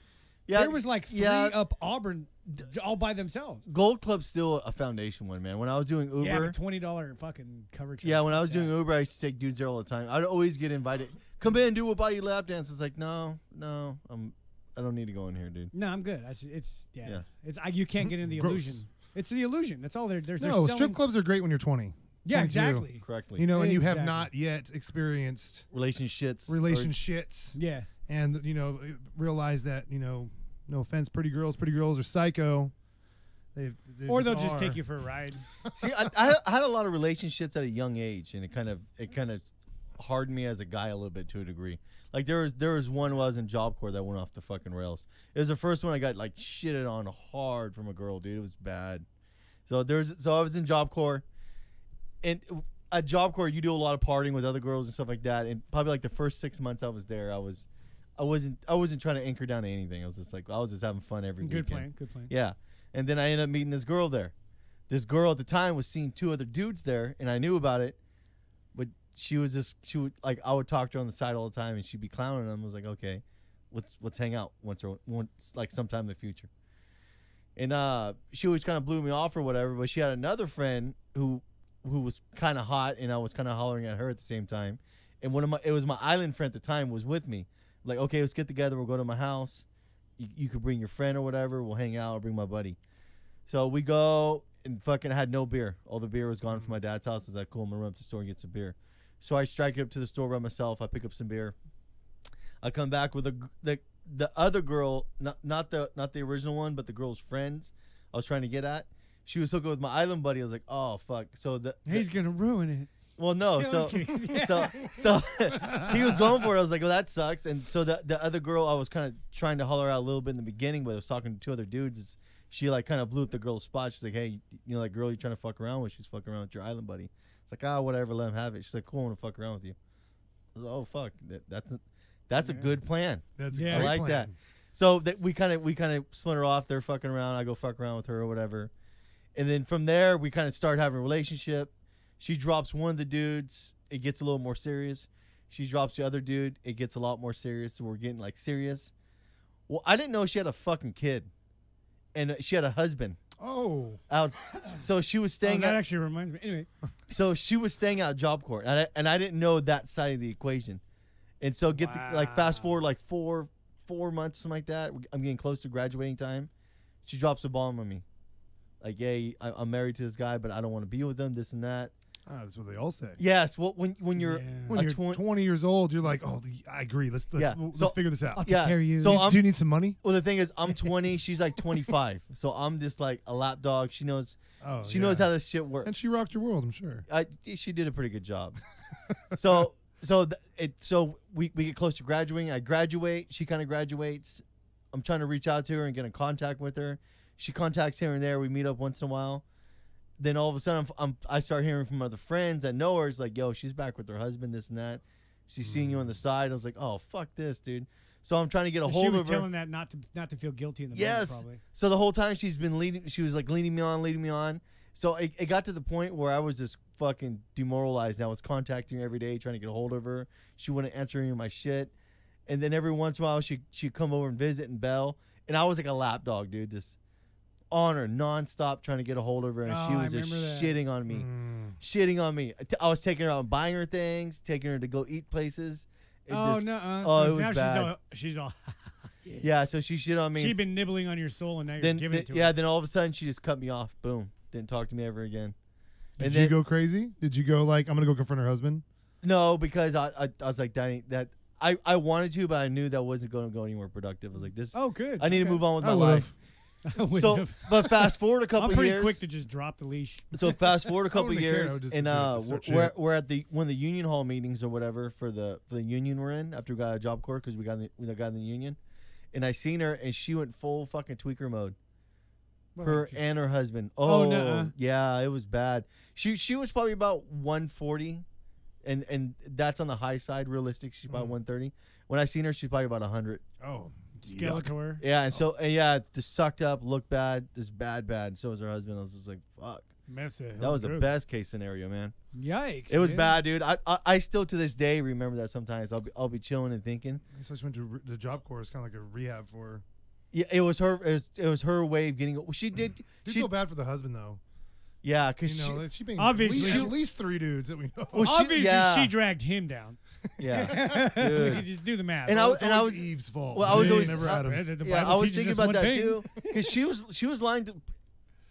Speaker 2: Yeah,
Speaker 3: there was like three
Speaker 2: yeah.
Speaker 3: up Auburn, d- all by themselves.
Speaker 2: Gold Club's still a foundation one, man. When I was doing Uber,
Speaker 3: Yeah, but twenty dollar fucking cover charge.
Speaker 2: Yeah, when I
Speaker 3: Fuck
Speaker 2: was doing
Speaker 3: that.
Speaker 2: Uber, I used to take dudes there all the time. I'd always get invited. Come in, do a body lap dance. It's like, no, no, I'm, I don't need to go in here, dude.
Speaker 3: no, I'm good. That's it's yeah,
Speaker 2: Yeah.
Speaker 3: it's I, you can't get into the
Speaker 4: Gross.
Speaker 3: illusion. It's the illusion. That's all they're they're, they're
Speaker 4: No,
Speaker 3: selling-
Speaker 4: strip clubs are great when you're 20.
Speaker 3: Yeah,
Speaker 4: 22.
Speaker 3: exactly.
Speaker 2: Correctly.
Speaker 4: You know, and you have
Speaker 3: Exactly.
Speaker 4: not yet experienced
Speaker 2: relationships. or-
Speaker 4: relationships
Speaker 3: Yeah,
Speaker 4: and you know realize that, you know, no offense, pretty girls, pretty girls are psycho. They they
Speaker 3: or they'll just
Speaker 4: are.
Speaker 3: take you for a ride.
Speaker 2: See, I, I, I had a lot of relationships at a young age, and it kind of, it kind of hardened me as a guy a little bit to a degree. Like there was, there was one while I was in Job Corps that went off the fucking rails. It was the first one I got like shitted on hard from a girl, dude. It was bad. So there's, so I was in Job Corps. and at Job Corps, you do a lot of partying with other girls and stuff like that. And probably like the first six months I was there, I was, I wasn't, I wasn't trying to anchor down to anything. I was just like, I was just having fun every
Speaker 3: Good
Speaker 2: weekend.
Speaker 3: plan. Good plan.
Speaker 2: Yeah, and then I ended up meeting this girl there. This girl at the time was seeing two other dudes there, and I knew about it, but she was just she would like I would talk to her on the side all the time, and she'd be clowning them. I was like, okay, let's let's hang out once or once like sometime in the future. And uh, she always kind of blew me off or whatever. But she had another friend who who was kind of hot, and I was kind of hollering at her at the same time. And one of my it was my island friend at the time was with me. Like, okay, let's get together. We'll go to my house. You, you could bring your friend or whatever. We'll hang out. I'll bring my buddy. So we go and fucking had no beer. All the beer was gone from my dad's house. I was like, cool, I'm gonna run up to the store and get some beer. So I strike up to the store by myself. I pick up some beer. I come back with a, g- the the other girl, not not the not the original one, but the girl's friends. I was trying to get at. She was hooking with my island buddy. I was like, oh fuck. So the, the-
Speaker 3: He's gonna ruin it.
Speaker 2: well, no.
Speaker 3: Yeah, I
Speaker 2: So,
Speaker 3: was kidding.
Speaker 2: so, so he was going for it. I was like, well, that sucks. And so the, the other girl, I was kind of trying to holler out a little bit in the beginning, but I was talking to two other dudes. Is she like kind of blew up the girl's spot. She's like, hey, you know, that girl you're trying to fuck around with, she's fucking around with your island buddy. It's like, ah, whatever, let him have it. She's like, cool, I want to fuck around with you. I was like, oh, fuck. That, that's a, that's a good plan.
Speaker 4: That's a
Speaker 3: Yeah. I
Speaker 4: great
Speaker 2: I like
Speaker 4: plan.
Speaker 2: that. So that we kind of we kind of splinter off. They're fucking around. I go fuck around with her or whatever, and then from there we kind of start having a relationship. She drops one of the dudes. It gets a little more serious. She drops the other dude. It gets a lot more serious. So we're getting like serious. Well, I didn't know she had a fucking kid, and uh, she had a husband.
Speaker 4: Oh,
Speaker 2: I was, so she was
Speaker 3: Oh,
Speaker 2: staying
Speaker 3: that
Speaker 2: at
Speaker 3: actually reminds me. Anyway,
Speaker 2: so she was staying out Job Corps, and I, and I didn't know that side of the equation. And so get the, like fast
Speaker 3: Wow.
Speaker 2: forward like four four months something like that. I'm getting close to graduating time. She drops a bomb on me, like, "Hey, I, I'm married to this guy, but I don't want to be with him. This and that."
Speaker 4: Ah, that's what they all say.
Speaker 2: Yes. Well, when when you're
Speaker 3: Yeah.
Speaker 4: When
Speaker 2: a
Speaker 4: you're
Speaker 2: twen-
Speaker 4: 20 years old, you're like, oh, I agree. Let's let's,
Speaker 2: Yeah.
Speaker 4: w- let's
Speaker 2: So-
Speaker 4: figure this out.
Speaker 3: I'll take
Speaker 2: yeah,
Speaker 3: care of you.
Speaker 2: so
Speaker 4: Do you-
Speaker 2: I'm
Speaker 4: do you need some money?
Speaker 2: well. The thing is, I'm 20. she's like 25. So I'm just like a lapdog. She knows.
Speaker 4: Oh,
Speaker 2: she knows
Speaker 4: yeah.
Speaker 2: how this shit works.
Speaker 4: And she rocked your world, I'm sure.
Speaker 2: I, she did a pretty good job. so so th- it so we, we get close to graduating. I graduate. She kind of graduates. I'm trying to reach out to her and get in contact with her. She contacts here and there. We meet up once in a while. Then all of a sudden, I'm, I'm, I start hearing from other friends that know her. It's like, yo, she's back with her husband, this and that. She's seeing you on the side. I was like, oh, fuck this, dude. So I'm trying to get a hold
Speaker 3: she was
Speaker 2: of her.
Speaker 3: telling that not to not to feel guilty in the
Speaker 2: Yes.
Speaker 3: moment. Probably.
Speaker 2: So the whole time she's been leading, she was like leading me on, leading me on. So it, it got to the point where I was just fucking demoralized. And I was contacting her every day, trying to get a hold of her. She wouldn't answer any of my shit. And then every once in a while, she she'd come over and visit and bell. And I was like a lapdog, dude, just on her nonstop, trying to get a hold of her. And
Speaker 3: Oh,
Speaker 2: she
Speaker 3: I
Speaker 2: was just
Speaker 3: remember that. Mm-hmm.
Speaker 2: shitting on
Speaker 4: Mm.
Speaker 2: me, shitting on me. I t- I was taking her out and buying her things, taking her to go eat places. It
Speaker 3: oh
Speaker 2: just-
Speaker 3: no! Uh,
Speaker 2: oh, it was
Speaker 3: 'cause now
Speaker 2: bad.
Speaker 3: she's all she's all.
Speaker 2: Yeah, so she shit on me.
Speaker 3: she'd been nibbling on your soul, and now you're
Speaker 2: then
Speaker 3: giving
Speaker 2: th-
Speaker 3: it to
Speaker 2: yeah,
Speaker 3: her.
Speaker 2: then all of a sudden she just cut me off. Boom, didn't talk to me ever again.
Speaker 4: Did
Speaker 2: and
Speaker 4: you
Speaker 2: then-
Speaker 4: go crazy? Did you go like, I'm gonna go confront her husband?
Speaker 2: No, because I I, I was like that, ain't- that I I wanted to, but I knew that wasn't going to go anywhere productive. I was like this.
Speaker 3: Oh, good.
Speaker 2: I need to move on with my
Speaker 4: I
Speaker 2: life.
Speaker 4: would've.
Speaker 3: on.
Speaker 2: So, but fast forward a
Speaker 3: I'm
Speaker 2: couple
Speaker 3: pretty
Speaker 2: years.
Speaker 3: quick to just drop the leash.
Speaker 2: so fast forward a couple
Speaker 4: wouldn't have cared.
Speaker 2: years,
Speaker 4: I would just
Speaker 2: and
Speaker 4: do it
Speaker 2: uh,
Speaker 4: to start
Speaker 2: we're,
Speaker 4: shit.
Speaker 2: we're at the one of the union hall meetings or whatever for the for the union we're in after we got a job corps because we got in the, we got in the union, and I seen her and she went full fucking tweaker mode. her and her husband. Oh,
Speaker 3: Oh, nuh-uh.
Speaker 2: yeah, it was bad. She she was probably about 140, and and that's on the high side. Realistic, she's about 130. When I seen her, she's probably about 100.
Speaker 4: Oh,
Speaker 3: Skeletor.
Speaker 2: Yeah, and so and yeah, just sucked up, looked bad, just bad, bad. So was her husband. I was just like, fuck.
Speaker 3: That's a
Speaker 2: That
Speaker 3: hell
Speaker 2: was
Speaker 3: of
Speaker 2: the
Speaker 3: a group.
Speaker 2: best case scenario, man.
Speaker 3: Yikes.
Speaker 2: It was
Speaker 3: man.
Speaker 2: bad, dude. I, I I still to this day remember that. Sometimes I'll be I'll be chilling and thinking.
Speaker 4: so she went to re- the job corps, kind of like a rehab for. Her.
Speaker 2: Yeah, it was her. It was, it was her way of getting. She did.
Speaker 4: Do
Speaker 2: she
Speaker 4: feel bad for the husband though.
Speaker 2: yeah, cause
Speaker 4: You know,
Speaker 2: she
Speaker 4: like, she being
Speaker 3: Obviously.
Speaker 4: at least, at least three dudes that we know.
Speaker 2: Well, Oh, she-
Speaker 3: Obviously,
Speaker 2: yeah.
Speaker 3: she dragged him down.
Speaker 2: yeah.
Speaker 3: we
Speaker 2: Dude.
Speaker 3: could just do the math.
Speaker 2: And I w-
Speaker 4: Well, it's
Speaker 2: and I
Speaker 4: always
Speaker 2: was-
Speaker 4: Eve's fault.
Speaker 2: well, I was
Speaker 4: It's
Speaker 2: always-
Speaker 4: never
Speaker 2: I-
Speaker 4: Adam's.
Speaker 3: The
Speaker 2: yeah,
Speaker 3: Bible
Speaker 2: I was
Speaker 3: teaches
Speaker 2: thinking
Speaker 3: us
Speaker 2: about
Speaker 3: one
Speaker 2: that
Speaker 3: thing.
Speaker 2: too, because she was she was lying. To,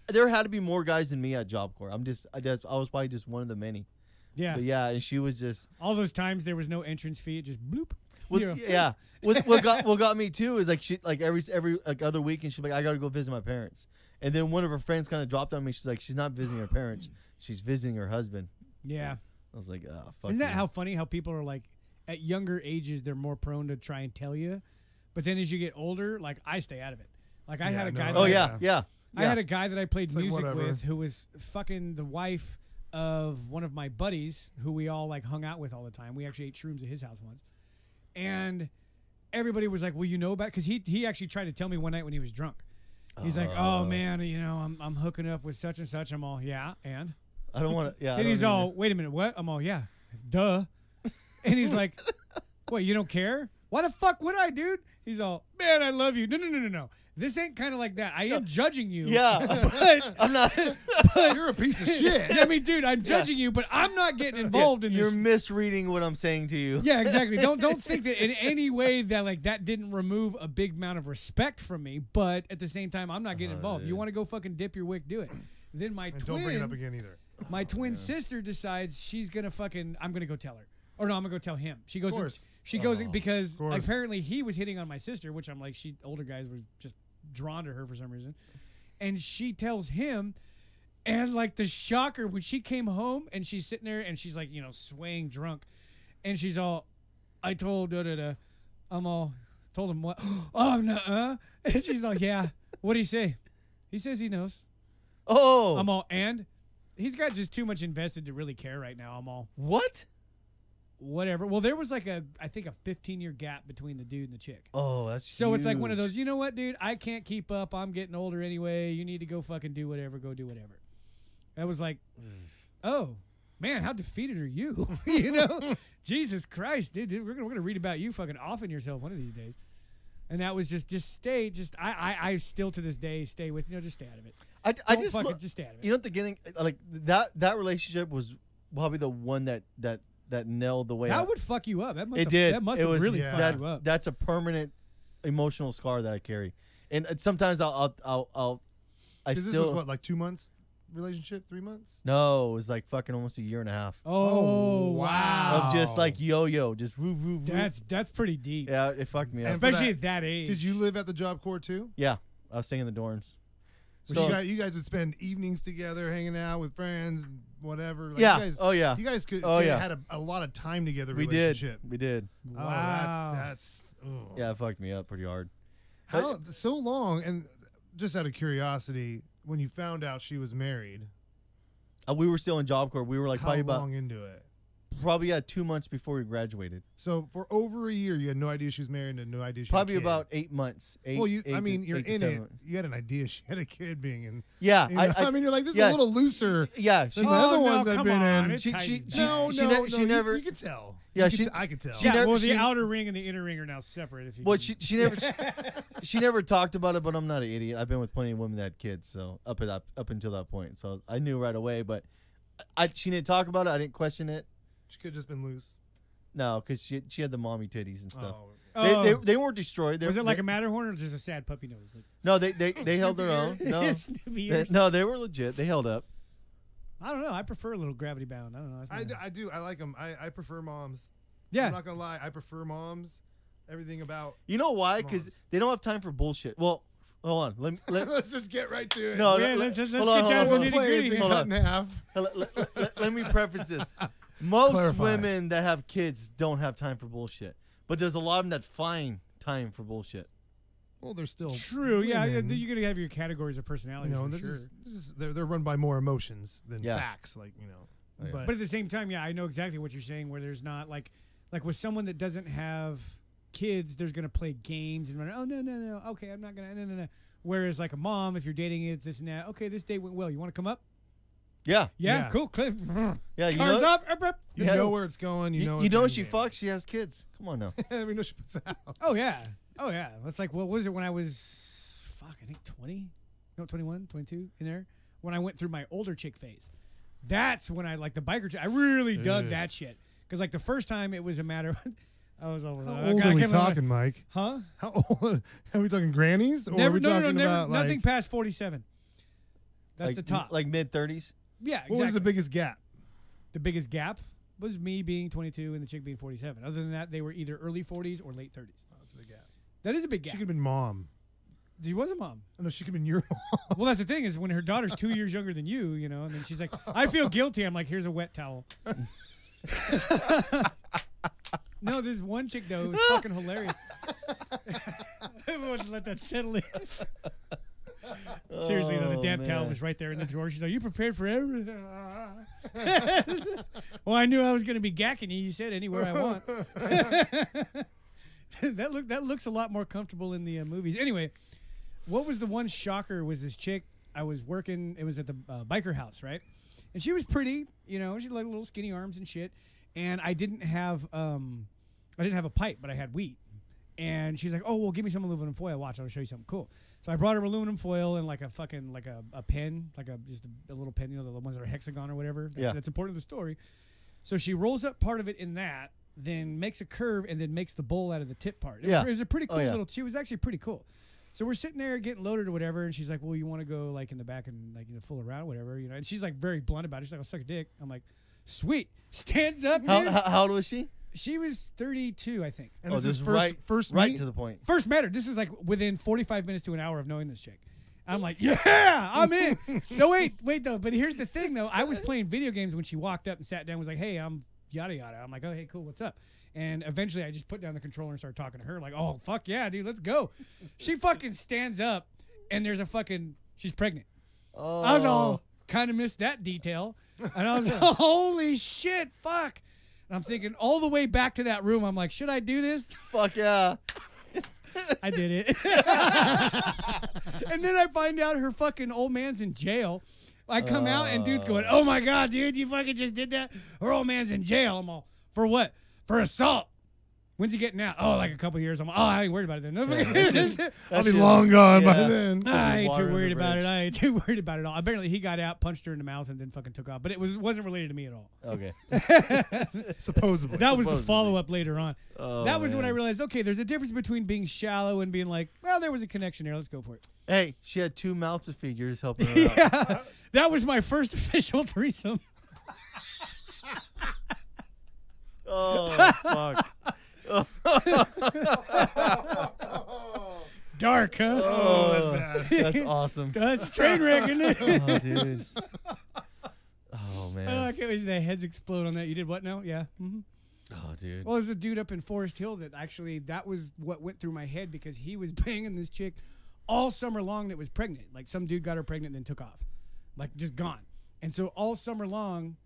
Speaker 2: there had to be more guys than me at Job Corps. I'm just I just I was probably just one of the many.
Speaker 3: Yeah.
Speaker 2: But yeah, and she was just
Speaker 3: All those times there was no entrance fee. It just bloop.
Speaker 2: well,
Speaker 3: You're-
Speaker 2: yeah. What, what got what got me too is like she like every every like other weekend she'd be like I gotta go visit my parents, and then one of her friends kind of dropped on me. She's like she's not visiting her parents, she's visiting her husband.
Speaker 3: Yeah.
Speaker 2: I was like, oh, fuck.
Speaker 3: Isn't that
Speaker 2: you."
Speaker 3: how funny how people are like at younger ages they're more prone to try and tell you, but then as you get older, like I stay out of it. Like I
Speaker 4: Yeah,
Speaker 3: had a
Speaker 4: no,
Speaker 3: guy.
Speaker 4: I
Speaker 3: that
Speaker 2: Oh
Speaker 3: I-
Speaker 2: yeah, yeah.
Speaker 3: I had a guy that I played
Speaker 4: It's like,
Speaker 3: music
Speaker 4: whatever.
Speaker 3: with who was fucking the wife of one of my buddies who we all like hung out with all the time. We actually ate shrooms at his house once. And everybody was like, "Well, you know about?" Because he he actually tried to tell me one night when he was drunk. He's like, "Oh
Speaker 2: Oh.
Speaker 3: man, you know, I'm I'm hooking up with such and such." I'm all, "Yeah," and
Speaker 2: I don't want to. Yeah. I
Speaker 3: and
Speaker 2: don't
Speaker 3: he's
Speaker 2: even-
Speaker 3: all, "Wait a minute, what?" I'm all, "Yeah." duh. And he's like, what, you don't care? Why the fuck would I, dude? He's all, man, I love you. No, no, no, no, no. This ain't kind of like that. I am judging you.
Speaker 5: Yeah.
Speaker 3: But,
Speaker 5: I'm not.
Speaker 4: You're a piece of shit.
Speaker 3: I mean, dude, I'm judging you, but I'm not getting involved in
Speaker 2: You're
Speaker 3: this.
Speaker 2: misreading what I'm saying to you.
Speaker 3: yeah, exactly. Don't don't think that in any way that like that didn't remove a big amount of respect from me. But at the same time, I'm not getting involved. You
Speaker 2: dude.
Speaker 3: want to go fucking dip your wick, do it. Then my
Speaker 4: Uh, And
Speaker 3: twin,
Speaker 4: don't bring it up again either.
Speaker 3: my twin sister decides she's gonna fucking. I'm gonna go tell her, or no, I'm gonna go tell him. She goes. and-
Speaker 4: course. Oh,
Speaker 3: she goes and- because
Speaker 4: course.
Speaker 3: apparently he was hitting on my sister, which I'm like, she older guys were just drawn to her for some reason, and she tells him. And like the shocker when she came home and she's sitting there and she's like, you know, swaying drunk, and she's all, I told da da da, I'm all, told him what? Oh no, uh, and she's like, yeah. What do you say? He says he knows.
Speaker 2: Oh,
Speaker 3: I'm all and he's got just too much invested to really care right now. I'm all
Speaker 2: what?
Speaker 3: whatever. Well, there was like a I think a 15 year gap between the dude and the chick.
Speaker 2: Oh, that's
Speaker 3: So it's like one of
Speaker 2: huge.
Speaker 3: those, you know what, dude? I can't keep up. I'm getting older anyway. You need to go fucking do whatever. Go do whatever. I was like, oh man, how defeated are you? you know, Jesus Christ, dude, dude, we're gonna we're gonna read about you fucking offing yourself one of these days. And that was just just stay. Just I I, I still to this day stay with you know just stay out of it.
Speaker 2: I, I
Speaker 3: Don't
Speaker 2: just
Speaker 3: fucking-
Speaker 2: look-
Speaker 3: just stay out of it.
Speaker 2: You know at the beginning, like that that relationship was probably the one that that that nailed the way. I-
Speaker 3: That would fuck you up. That must
Speaker 2: it
Speaker 3: have,
Speaker 2: did.
Speaker 3: That must
Speaker 2: it
Speaker 3: have
Speaker 2: was
Speaker 3: really
Speaker 4: yeah.
Speaker 3: fucked
Speaker 2: that's
Speaker 3: you up.
Speaker 2: that's a permanent emotional scar that I carry, and uh, sometimes I'll I'll I'll, I'll I
Speaker 4: Because this was
Speaker 2: still
Speaker 4: what, like two months relationship, three months.
Speaker 2: no, it was like fucking almost a year and a half
Speaker 3: oh wow,
Speaker 2: of just
Speaker 4: wow.
Speaker 2: like yo yo, just roo roo roo.
Speaker 3: that's that's pretty deep,
Speaker 2: yeah, it fucked me up.
Speaker 4: And-
Speaker 3: especially
Speaker 4: But I-
Speaker 3: at that age.
Speaker 4: Did you live at the Job Corps too?
Speaker 2: Yeah, I was staying in the dorms.
Speaker 4: So,
Speaker 2: So-
Speaker 4: you, guys, you guys would spend evenings together, hanging out with friends, and whatever. Like,
Speaker 2: yeah.
Speaker 4: You guys,
Speaker 2: oh yeah.
Speaker 4: you guys could.
Speaker 2: Oh,
Speaker 4: could-
Speaker 2: yeah.
Speaker 4: Had a, a lot of time together.
Speaker 2: we did.
Speaker 4: relationship.
Speaker 2: We did.
Speaker 4: Oh,
Speaker 3: Wow.
Speaker 4: that's that's. ugh.
Speaker 2: Yeah, it fucked me up pretty hard.
Speaker 4: How so long? And just out of curiosity, when you found out she was married,
Speaker 2: Uh, we were still in Job Corps. We were like
Speaker 4: how
Speaker 2: probably about
Speaker 4: long into it?
Speaker 2: probably yeah two months before we graduated.
Speaker 4: So for over a year, you had no idea she was married and no idea she
Speaker 2: Probably
Speaker 4: had a kid.
Speaker 2: about eight months. Eight,
Speaker 4: well, you.
Speaker 2: eight
Speaker 4: I
Speaker 2: to-
Speaker 4: mean, you're
Speaker 2: eight to
Speaker 4: in
Speaker 2: seven
Speaker 4: it.
Speaker 2: months.
Speaker 4: You had an idea she had a kid being in.
Speaker 2: Yeah,
Speaker 4: you
Speaker 2: I,
Speaker 4: know,
Speaker 2: I,
Speaker 4: I mean, you're like this
Speaker 2: yeah.
Speaker 4: is a little looser.
Speaker 2: yeah,
Speaker 4: than
Speaker 2: she,
Speaker 4: the
Speaker 3: Oh,
Speaker 4: other
Speaker 3: no,
Speaker 4: ones I've
Speaker 3: come
Speaker 4: been
Speaker 3: on,
Speaker 4: in.
Speaker 3: it's
Speaker 2: She-
Speaker 3: tightens
Speaker 2: she-
Speaker 3: back.
Speaker 4: no,
Speaker 2: she
Speaker 4: no,
Speaker 2: ne-
Speaker 4: no,
Speaker 2: she
Speaker 4: you-
Speaker 2: never-
Speaker 4: You, could tell.
Speaker 2: Yeah,
Speaker 4: You could
Speaker 2: she-
Speaker 4: t- I could tell.
Speaker 2: she
Speaker 3: yeah,
Speaker 2: never-
Speaker 3: well, the
Speaker 2: she-
Speaker 3: outer ring and the inner ring are now separate. If you
Speaker 2: well,
Speaker 3: can-
Speaker 2: she she never she, she never talked about it. But I'm not an idiot. I've been with plenty of women that had kids, so up at up, up until that point, so I knew right away. But I she didn't talk about it. I didn't question it.
Speaker 4: She could have just been loose.
Speaker 2: No, because she she had the mommy titties and stuff.
Speaker 4: Oh.
Speaker 3: oh,
Speaker 2: They, they, they weren't destroyed. They,
Speaker 3: was it like
Speaker 2: they,
Speaker 3: a Matterhorn or just a sad puppy nose? Like,
Speaker 2: No, they they, they held their own. No,
Speaker 3: Snoopy
Speaker 2: They-
Speaker 3: ears.
Speaker 2: no, they were legit. They held up.
Speaker 3: I don't know. I prefer a little gravity bound. I don't know. That's
Speaker 4: I,
Speaker 3: my-
Speaker 4: I do. I like them. I, I prefer moms. I'm
Speaker 3: yeah,
Speaker 4: not gonna lie. I prefer moms. Everything about.
Speaker 2: You know why? Because
Speaker 4: Moms.
Speaker 2: they don't have time for bullshit. Well, hold on. Let me. Let,
Speaker 4: Let's just get right to it.
Speaker 2: Oh, No,
Speaker 3: Yeah,
Speaker 2: let-
Speaker 3: let's-
Speaker 2: let-
Speaker 3: let's
Speaker 2: hold on,
Speaker 3: get down
Speaker 2: hold on,
Speaker 3: to
Speaker 2: hold
Speaker 3: the
Speaker 2: on.
Speaker 4: play has been
Speaker 2: Hold
Speaker 4: cut
Speaker 2: on.
Speaker 4: in half.
Speaker 2: Let, let- let- let me preface this. Most
Speaker 4: Clarify.
Speaker 2: women that have kids don't have time for bullshit, but there's a lot of them that find time for bullshit.
Speaker 4: Well, they're still
Speaker 3: true. Yeah, yeah,
Speaker 4: women.
Speaker 3: you're gonna have your categories of personality
Speaker 4: you know,
Speaker 3: for
Speaker 4: this
Speaker 3: sure.
Speaker 4: is, this is- they're they're run by more emotions than
Speaker 2: Yeah.
Speaker 4: facts. Like you know,
Speaker 2: Oh, yeah.
Speaker 4: but,
Speaker 3: But at the same time, yeah, I know exactly what you're saying. Where there's not like, like with someone that doesn't have kids, there's gonna play games and run. Oh no no no. Okay, I'm not gonna no no no. Whereas like a mom, if you're dating, it's this and that. Okay, this date went well. You want to come up?
Speaker 2: Yeah,
Speaker 3: Yeah,
Speaker 4: Yeah.
Speaker 3: cool. Cliff.
Speaker 2: yeah. You
Speaker 3: Cars
Speaker 2: know,
Speaker 3: up. Up, up.
Speaker 4: you
Speaker 2: yeah.
Speaker 4: know where it's going. You,
Speaker 2: you,
Speaker 4: know,
Speaker 2: you
Speaker 4: it's
Speaker 2: know
Speaker 4: gonna
Speaker 2: she
Speaker 4: be-
Speaker 2: fucks. She has kids. Come on now.
Speaker 4: we know she puts it out.
Speaker 3: Oh yeah. Oh yeah. That's like what was it when I was fuck, I think 20? No, 21, 22 in there. When I went through my older chick phase. That's when I like the biker chick. I really dug
Speaker 4: Ugh.
Speaker 3: that shit. Cuz like the first time it was a matter of I was always like,
Speaker 4: How
Speaker 3: I
Speaker 4: old
Speaker 3: gotta-
Speaker 4: are we
Speaker 3: can't remember-
Speaker 4: talking, Mike?
Speaker 3: Huh?
Speaker 4: How old are we talking? Grannies? Or are
Speaker 3: Never
Speaker 4: we
Speaker 3: no, no,
Speaker 4: talking
Speaker 3: no, never,
Speaker 4: about like
Speaker 3: nothing past 47. That's
Speaker 2: like,
Speaker 3: the top.
Speaker 2: Like mid thirties.
Speaker 3: yeah,
Speaker 4: what
Speaker 3: exactly.
Speaker 4: was the biggest gap?
Speaker 3: the biggest gap was me being 22 and the chick being 47. Other than that, they were either early 40s or late 30s.
Speaker 4: Oh, that's a big gap.
Speaker 3: That is a big
Speaker 4: She
Speaker 3: gap.
Speaker 4: could have been mom.
Speaker 3: She was a mom.
Speaker 4: No, she could have been your mom.
Speaker 3: Well, that's the thing is when her daughter's two years younger than you, you know, and then she's like, "I feel guilty." I'm like, "Here's a wet towel." no, this one chick though was fucking hilarious. Everyone let that settle in. Seriously, though, the
Speaker 2: Oh,
Speaker 3: damp towel
Speaker 2: man.
Speaker 3: was right there in the drawer. She's like, "You prepared for everything?" well, I knew I was gonna be gacking you. You said anywhere I want. that look that looks a lot more comfortable in the uh, movies. Anyway, what was the one shocker was this chick I was working. It was at the uh, biker house, right? And she was pretty, you know. She had like little skinny arms and shit. and I didn't have um, I didn't have a pipe, but I had wheat. And she's like, "Oh, well, give me some aluminum foil. Watch, I'll show you something cool." So I brought her aluminum foil and like a fucking like a, a pen, like a just a, a little pen, you know, the ones that are hexagon or whatever. That's,
Speaker 2: Yeah.
Speaker 3: that's important to the story. So she rolls up part of it in that, then makes a curve, and then makes the bowl out of the tip part. It
Speaker 2: Yeah.
Speaker 3: was, it was a pretty
Speaker 2: Oh,
Speaker 3: cool
Speaker 2: yeah.
Speaker 3: little. She was actually pretty cool. So we're sitting there getting loaded or whatever, and she's like, "Well, you want to go like in the back and like you know fool around, or whatever, you know." And she's like very blunt about it. She's like, "I'll suck a dick." I'm like, "Sweet." Stands up.
Speaker 2: How,
Speaker 3: dude.
Speaker 2: how, how old was she?
Speaker 3: she was 32, I think.
Speaker 4: And
Speaker 2: oh,
Speaker 4: this, is
Speaker 2: is
Speaker 4: first
Speaker 2: right,
Speaker 4: first
Speaker 2: right
Speaker 4: meet.
Speaker 2: to the point.
Speaker 3: First met her. This is like within 45 minutes to an hour of knowing this chick. I'm like, yeah, I'm in. no, wait, wait though. But here's the thing though. I was playing video games when she walked up and sat down. and Was like, hey, I'm yada yada. I'm like, oh, hey, cool, what's up? And eventually, I just put down the controller and started talking to her. Like, oh fuck yeah, dude, let's go. She fucking stands up, and there's a fucking. She's pregnant.
Speaker 2: Oh,
Speaker 3: I was all kind of missed that detail, and I was like, holy shit, fuck. And I'm thinking all the way back to that room. I'm like, should I do this?
Speaker 2: fuck yeah.
Speaker 3: I did it. and then I find out her fucking old man's in jail. I come out and dude's
Speaker 2: Uh.
Speaker 3: going, "Oh my god, dude, you fucking just did that. Her old man's in jail." I'm all, "For what? For assault." When's he getting out? Oh, like a couple years. I'm all, oh, I ain't worried about it then.
Speaker 4: I'll
Speaker 2: That
Speaker 4: be
Speaker 2: shit-
Speaker 4: long gone by
Speaker 2: yeah.
Speaker 4: then.
Speaker 3: I ain't
Speaker 2: Water
Speaker 3: too
Speaker 2: in the
Speaker 3: worried about
Speaker 2: bridge.
Speaker 3: it. I ain't too worried about it all. Apparently, he got out, punched her in the mouth, and then fucking took off. But it was wasn't related to me at all.
Speaker 2: Okay.
Speaker 4: Supposedly.
Speaker 3: That was the
Speaker 2: Supposedly.
Speaker 3: follow up later on.
Speaker 2: Oh,
Speaker 3: that was when I
Speaker 2: man.
Speaker 3: realized, okay, there's a difference between being shallow and being like, well, there was a connection there. Let's go for it.
Speaker 2: Hey, she had two mouths of figures helping her out.
Speaker 3: yeah, that was my first official threesome.
Speaker 2: Oh fuck.
Speaker 3: Dark, huh?
Speaker 2: Oh, that's, awesome.
Speaker 3: That's train wreck, isn't it?
Speaker 2: Oh, dude. Oh
Speaker 3: Oh, I
Speaker 2: man.
Speaker 3: can't wait. The heads explode on that. You did what now? Yeah. hmm
Speaker 2: Oh, dude.
Speaker 3: Well, there's a dude up in Forest Hill that actually that was what went through my head because he was banging this chick all summer long that was pregnant. Like some dude got her pregnant and then took off, like just gone. And so all summer long,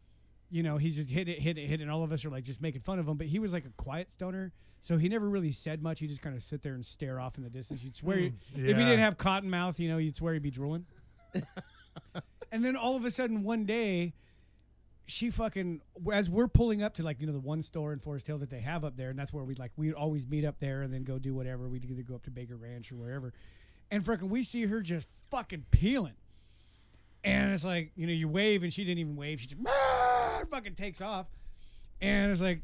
Speaker 3: you know, he's just hit it, hit it, hit it. And all of us are like just making fun of him. But he was like a quiet stoner, so he never really said much. He just kind of sit there and stare off in the distance. You'd swear if he
Speaker 4: Yeah.
Speaker 3: didn't have cotton mouth, you know, you'd swear he'd be drooling. and then all of a sudden one day she fucking as we're pulling up to like you know the one store in Forest Hill that they have up there, and that's where we like we'd always meet up there and then go do whatever. We'd either go up to Baker Ranch or wherever, and fucking we see her just fucking peeling, and it's like you know you wave and she didn't even wave. She just "Rah!" fucking takes off, and it's like,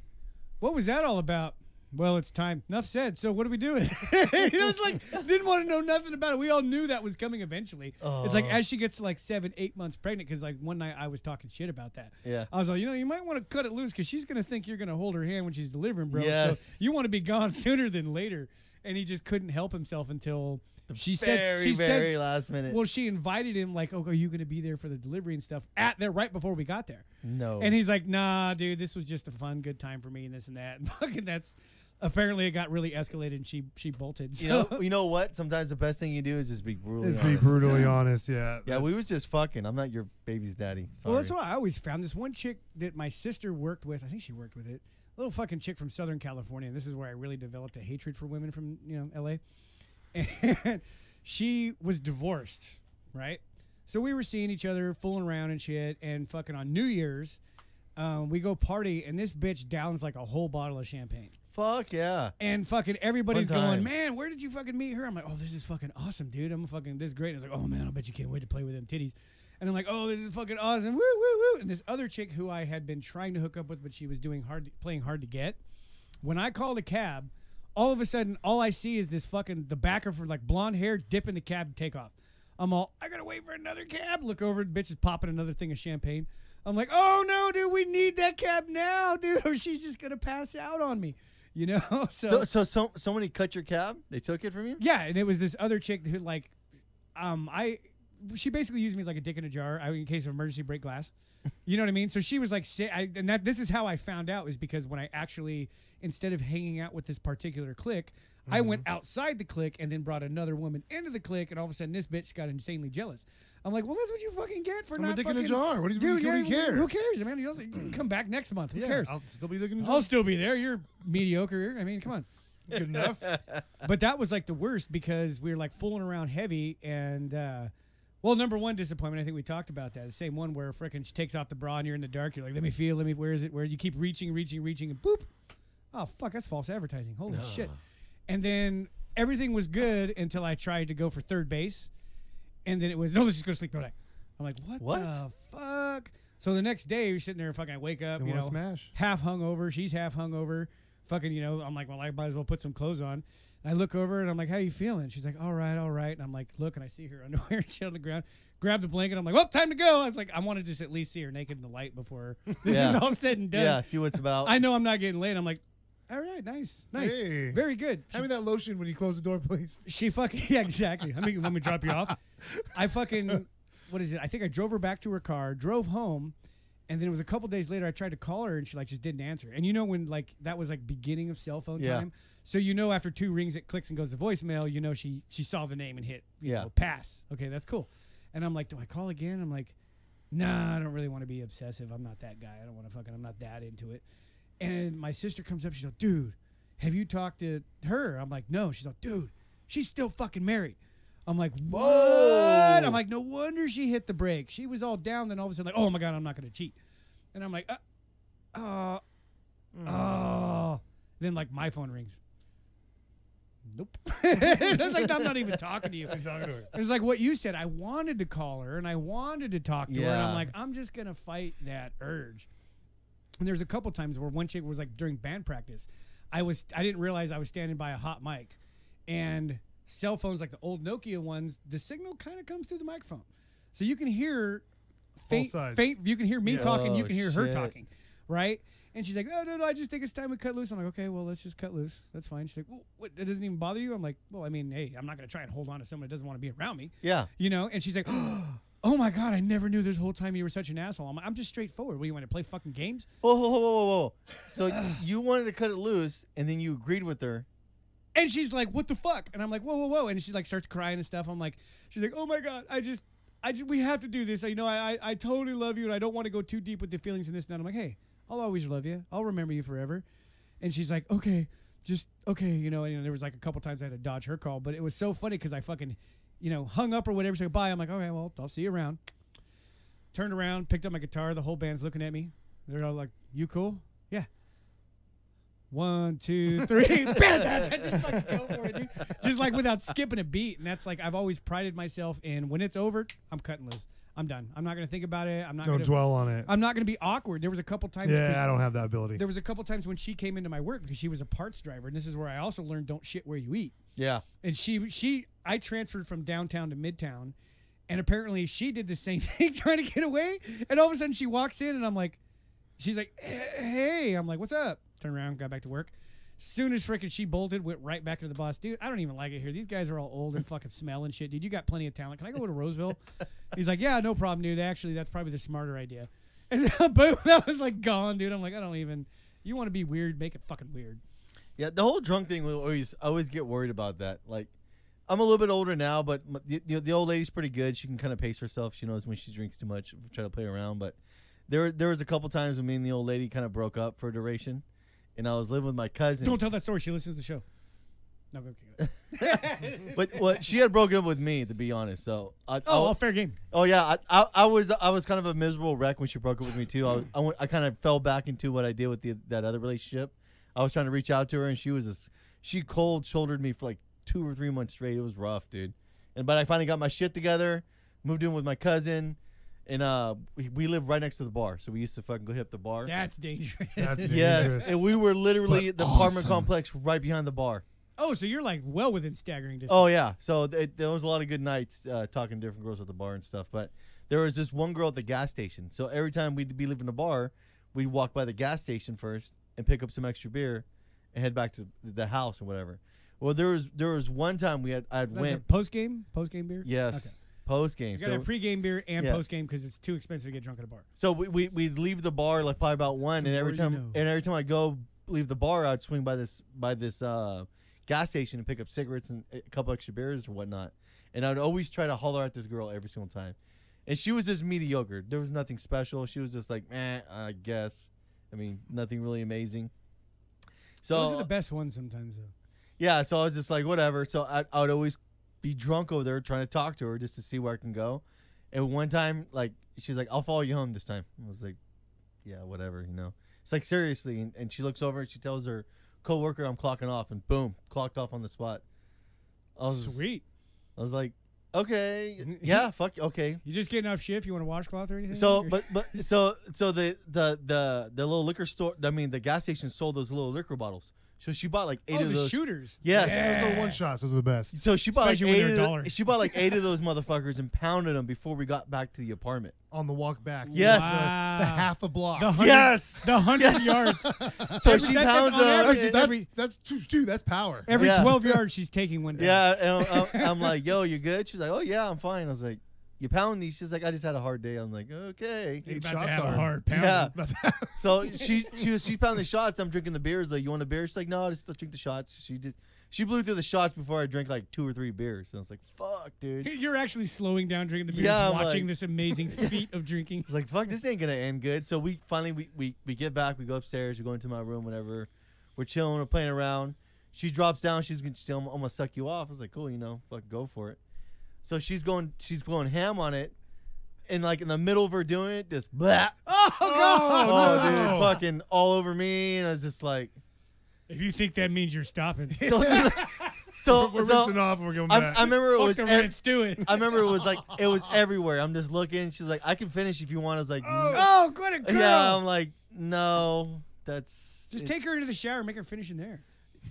Speaker 3: what was that all about? Well, it's time. Enough said. So what are we doing? it was like didn't want to know nothing about it. We all knew that was coming eventually. It's like
Speaker 2: Oh.
Speaker 3: as she gets to like seven, eight months pregnant, because like one night I was talking shit about that.
Speaker 2: Yeah.
Speaker 3: I was like, you know, you might want to cut it loose because she's gonna think you're gonna hold her hand when she's delivering, bro. So
Speaker 2: Yes.
Speaker 3: you want to be gone sooner than later. And he just couldn't help himself until she said
Speaker 2: very,
Speaker 3: she
Speaker 2: very
Speaker 3: said
Speaker 2: last minute.
Speaker 3: well she invited him like, oh, are you gonna be there for the delivery and stuff at there right before we got there.
Speaker 2: no.
Speaker 3: And he's like, nah, dude, this was just a fun, good time for me and this and that. And fucking that's apparently it got really escalated and she she bolted. So
Speaker 2: you know, you know what? Sometimes the best thing you do is just be brutally
Speaker 4: Let's be
Speaker 2: honest.
Speaker 4: brutally honest. Yeah.
Speaker 2: Yeah, we
Speaker 4: that's-
Speaker 2: was just fucking. I'm not your baby's daddy. Sorry.
Speaker 3: Well, that's what I always found. This one chick that my sister worked with, I think she worked with it, little fucking chick from Southern California. And this is where I really developed a hatred for women from, you know, LA. And she was divorced, right? So we were seeing each other, fooling around and shit. And fucking on New Year's, um, we go party, and this bitch downs like a whole bottle of champagne.
Speaker 2: Fuck yeah.
Speaker 3: And fucking everybody's
Speaker 2: One
Speaker 3: going,
Speaker 2: time.
Speaker 3: man, where did you fucking meet her? I'm like, oh, this is fucking awesome, dude. I'm fucking this is great. And I was like, oh man, I bet you can't wait to play with them titties. And I'm like, oh, this is fucking awesome. Woo, woo, woo. And this other chick who I had been trying to hook up with, but she was doing hard, playing hard to get. When I called a cab, all of a sudden, all I see is this fucking the back of her like blonde hair dip in the cab and take off. I'm all, I gotta wait for another cab. Look over, the bitch is popping another thing of champagne. I'm like, oh no, dude, we need that cab now, dude, or she's just gonna pass out on me. You know?
Speaker 2: So so so somebody cut your cab? They took it from you?
Speaker 3: Yeah, and it was this other chick who like, um, I, she basically used me as like a dick in a jar I, in case of emergency break glass. You know what I mean? So she was like, si- I, and that this is how I found out was because when I actually instead of hanging out with this particular clique, I
Speaker 4: Mm-hmm.
Speaker 3: went outside the clique and then brought another woman into the clique, and all of a sudden this bitch got insanely jealous. I'm like, well, that's what you fucking get for
Speaker 4: I'm a
Speaker 3: not
Speaker 4: dick in a
Speaker 3: fucking
Speaker 4: jar. What do you-
Speaker 3: Dude,
Speaker 4: what do you
Speaker 3: yeah,
Speaker 4: care?
Speaker 3: Who cares, man? You also- you can come back next month. Who
Speaker 4: Yeah,
Speaker 3: cares?
Speaker 4: I'll still be looking at
Speaker 3: I'll still be there. You're mediocre. I mean, come on
Speaker 4: Good enough.
Speaker 3: but that was like the worst because we were like fooling around heavy and uh, Well, number one disappointment. I think we talked about that. The same one where frickin' she takes off the bra and you're in the dark. You're like, let me feel, let me. Where is it? Where you keep reaching, reaching, reaching, and boop. Oh fuck, that's false advertising. Holy shit. And then everything was good until I tried to go for third base, and then it was no, let's just go to sleep. No, no. I'm like, what?
Speaker 2: What?
Speaker 3: the fuck? So the next day, you're sitting there, fucking, I wake up,
Speaker 4: Didn't
Speaker 3: you know,
Speaker 4: wanna smash.
Speaker 3: half hungover. She's half hungover. Fucking, you know, I'm like, well, I might as well put some clothes on. And I look over and I'm like, how you feeling? She's like, all right, all right. And I'm like, look, and I see her underwear and shit on the ground. Grab the blanket. I'm like, well, time to go. I was like, I want to just at least see her naked in the light before this is
Speaker 2: Yeah.
Speaker 3: all said and done.
Speaker 2: Yeah, see what's about.
Speaker 3: I know I'm not getting laid. I'm like, all right, nice, nice,
Speaker 4: Hey.
Speaker 3: very good. She,
Speaker 4: Hand me that lotion when you close the door, please.
Speaker 3: she fucking yeah, exactly. Let me let me drop you off. I fucking what is it? I think I drove her back to her car, drove home, and then it was a couple days later. I tried to call her and she like just didn't answer. And you know when like that was like beginning of cell phone
Speaker 2: Yeah.
Speaker 3: time, so you know after two rings it clicks and goes to voicemail. You know she she saw the name and hit you
Speaker 2: Yeah.
Speaker 3: know, pass. Okay, that's cool. And I'm like, do I call again? I'm like, nah, I don't really want to be obsessive. I'm not that guy. I don't want to fucking. I'm not that into it. And my sister comes up. She's like, dude, have you talked to her? I'm like, no. She's like, dude, she's still fucking married. I'm like, what? I'm like, no wonder she hit the brake. She was all down. Then all of a sudden, like, oh my God, I'm not going to cheat. And I'm like, uh, uh, oh. Then, like, my phone rings. Nope. That's like, I'm not even talking to you. I'm talking to her. It's like what you said. I wanted to call her and I wanted to talk to her. And I'm
Speaker 2: Yeah.
Speaker 3: like, I'm just going to fight that urge. And there's a couple times where one chick was like during band practice, I was I didn't realize I was standing by a hot mic, and cell phones like the old Nokia ones, the signal kind of comes through the microphone, so you can hear faint,
Speaker 4: sides.
Speaker 3: faint. You can hear me talking, you
Speaker 2: Oh,
Speaker 3: can hear her
Speaker 2: shit.
Speaker 3: talking, right? And she's like, "Oh no, no, I just think it's time we cut loose." I'm like, "Okay, well, let's just cut loose. That's fine." She's like, well, "What? That doesn't even bother you?" I'm like, "Well, I mean, hey, I'm not gonna try and hold on to someone that doesn't want to be around me."
Speaker 2: Yeah.
Speaker 3: you know. And she's like, "Oh my god, I never knew this whole time you were such an asshole." I'm, like, I'm just straightforward. What do you want to play fucking games?
Speaker 2: Whoa, whoa, whoa, whoa, whoa. So you wanted to cut it loose, and then you agreed with her.
Speaker 3: And she's like, "What the fuck?" And I'm like, "Whoa, whoa, whoa!" And she's like, starts crying and stuff. I'm like, "She's like, oh my god, I just, I just, we have to do this. I, you know, I, I, I totally love you, and I don't want to go too deep with the feelings and this and that." I'm like, "Hey, I'll always love you. I'll remember you forever." And she's like, "Okay, just okay, you know." And you know, there was like a couple times I had to dodge her call, but it was so funny because I fucking, you know, hung up or whatever. So bye. I'm like, "Okay, well, I'll see you around." Turned around, picked up my guitar. The whole band's looking at me. They're all like, "You cool?" Yeah. One, two, three. Bam! just fucking go for it, dude. Just like without skipping a beat. And that's like I've always prided myself in when it's over, I'm cutting loose. I'm done. I'm not gonna think about it. I'm not
Speaker 4: Don't
Speaker 3: gonna
Speaker 4: dwell on it.
Speaker 3: I'm not gonna be awkward. There was a couple times 'cause
Speaker 4: Yeah, I don't have that ability.
Speaker 3: there was a couple times when she came into my work because she was a parts driver, and this is where I also learned don't shit where you eat
Speaker 2: Yeah.
Speaker 3: and she she I transferred from downtown to midtown, and apparently she did the same thing trying to get away. And all of a sudden she walks in, and I'm like, she's like, hey, I'm like, what's up? Turn around, got back to work. Soon as freaking she bolted, went right back into the boss. Dude, I don't even like it here. These guys are all old and fucking smell and shit. Dude, you got plenty of talent. Can I go to Roseville? He's like, yeah, no problem, dude. Actually, that's probably the smarter idea. And boom, that was like gone, dude. I'm like, I don't even. You want to be weird? Make it fucking weird.
Speaker 2: Yeah, the whole drunk thing will always I always get worried about that. Like, I'm a little bit older now, but m- the, the, the old lady's pretty good. She can kind of pace herself. She knows when she drinks too much. Try to play around, but there there was a couple times when me and the old lady kind of broke up for a duration, and I was living with my cousin.
Speaker 3: Don't tell that story. She listens to the show. No, go. go- go.
Speaker 2: but what she had broken up with me, to be honest. So I,
Speaker 3: Oh,
Speaker 2: I-
Speaker 3: well, fair game.
Speaker 2: Oh yeah, I, I, I was I was kind of a miserable wreck when she broke up with me too. I, was- I, went- I kind of fell back into what I did with the, that other relationship. I was trying to reach out to her and she was just, she cold shouldered me for like two or three months straight. It was rough, dude. And but I finally got my shit together, moved in with my cousin, and uh we, we lived right next to the bar, so we used to fucking go hit up the bar.
Speaker 3: That's dangerous.
Speaker 4: That's
Speaker 2: yes,
Speaker 4: dangerous.
Speaker 2: and we were literally
Speaker 4: But
Speaker 2: at the apartment
Speaker 4: awesome.
Speaker 2: complex right behind the bar.
Speaker 3: oh, so you're like well within staggering distance.
Speaker 2: Oh yeah, so th- there was a lot of good nights uh, talking to different girls at the bar and stuff. But there was this one girl at the gas station. So every time we'd be leaving the bar, we'd walk by the gas station first and pick up some extra beer, and head back to the house or whatever. Well, there was there was one time we had I had went
Speaker 3: post game, post game beer.
Speaker 2: Oh, yes
Speaker 3: Okay.
Speaker 2: post game.
Speaker 3: You gotta
Speaker 2: So,
Speaker 3: have pre game beer and
Speaker 2: Yeah.
Speaker 3: post game because it's too expensive to get drunk at a bar.
Speaker 2: so we we we'd leave the bar like probably about one,
Speaker 3: The
Speaker 2: and every
Speaker 3: more you
Speaker 2: time
Speaker 3: know.
Speaker 2: and every time I go leave the bar, I'd swing by this by this uh, gas station and pick up cigarettes and a couple extra beers or whatnot. And I'd always try to holler at this girl every single time. And she was just mediocre. There was nothing special. She was just like, eh, I guess. I mean, nothing really amazing. So
Speaker 3: Those are the best ones sometimes though.
Speaker 2: yeah, so I was just like, whatever. So I, I would always be be drunk over there trying to talk to her just to see where I can go. And one time, like she's like, "I'll follow you home this time." I was like, "Yeah, whatever," you know. It's like seriously, and, and she looks over and she tells her coworker, "I'm clocking off," and boom, clocked off on the spot. I was
Speaker 3: Sweet.
Speaker 2: I was like, "Okay, yeah, fuck, okay."
Speaker 3: You just get enough shift. You want a washcloth or anything?
Speaker 2: So,
Speaker 3: Or-
Speaker 2: but but so so the the the the little liquor store. I mean, the gas station sold those little liquor bottles. So she bought like eight
Speaker 3: oh,
Speaker 2: of
Speaker 3: the
Speaker 2: those.
Speaker 3: shooters.
Speaker 2: Yes.
Speaker 4: Those are one shots. Those are the best.
Speaker 2: So she bought like
Speaker 3: Especially when
Speaker 2: eight.
Speaker 3: they're
Speaker 2: Of
Speaker 3: a
Speaker 2: the-
Speaker 3: dollar.
Speaker 2: she bought like eight of those motherfuckers and pounded them before we got back to the apartment.
Speaker 4: On the walk back.
Speaker 2: Yes.
Speaker 4: The, the
Speaker 3: Wow.
Speaker 4: half a block.
Speaker 3: The hundred,
Speaker 2: Yes.
Speaker 3: The hundred yards.
Speaker 2: So
Speaker 3: Every-
Speaker 2: she
Speaker 3: that- that's
Speaker 2: pounds
Speaker 3: on
Speaker 2: them.
Speaker 3: average,
Speaker 4: that's, that's, that's, dude, that's power.
Speaker 3: Every
Speaker 2: Yeah.
Speaker 3: twelve yards, she's taking one down.
Speaker 2: Yeah, and I'm, I'm- I'm like, "Yo, you good?" She's like, "Oh yeah, I'm fine." I was like, "You pound these?" She's like, "I just had a hard day." I'm like, "Okay."
Speaker 3: You're
Speaker 4: Eight
Speaker 3: about to
Speaker 4: shots
Speaker 3: have a
Speaker 4: hard.
Speaker 3: hard pound.
Speaker 2: Yeah.
Speaker 4: But-
Speaker 2: So she's she was she pounding the shots. I'm drinking the beers. Like, you want a beer? She's like, no, just drink the shots. She just she blew through the shots before I drank like two or three beers. And I was like, fuck, dude. It's
Speaker 3: You're actually slowing down drinking the beer,
Speaker 2: Yeah,
Speaker 3: just
Speaker 2: I'm
Speaker 3: watching
Speaker 2: like-
Speaker 3: this amazing feat of drinking.
Speaker 2: like, fuck, this ain't gonna end good. So we finally we we, we get back. We go upstairs. We go into my room. Whatever. We're chilling. We're playing around. She drops down. She's gonna she's gonna almost suck you off. I was like, cool, you know, fuck, go for it. So she's going she's going ham on it, and like in the middle of her doing it, just blah.
Speaker 3: Oh
Speaker 4: God.
Speaker 2: Oh,
Speaker 4: no.
Speaker 2: dude, fucking all over me. And I was just like,
Speaker 3: If you think that means you're stopping, fuck
Speaker 2: so, so,
Speaker 4: we're
Speaker 2: so
Speaker 4: rinsing off and we're going
Speaker 2: I,
Speaker 4: back.
Speaker 2: I remember it was.
Speaker 3: the
Speaker 2: ev-
Speaker 3: rants, do it.
Speaker 2: I remember it was like it was everywhere. I'm just looking. She's like, I can finish if you want. I was like, "No."
Speaker 3: Oh, what a girl!
Speaker 2: yeah. I'm like, no, that's
Speaker 3: just take
Speaker 2: it's-
Speaker 3: her into the shower, make her finish in there.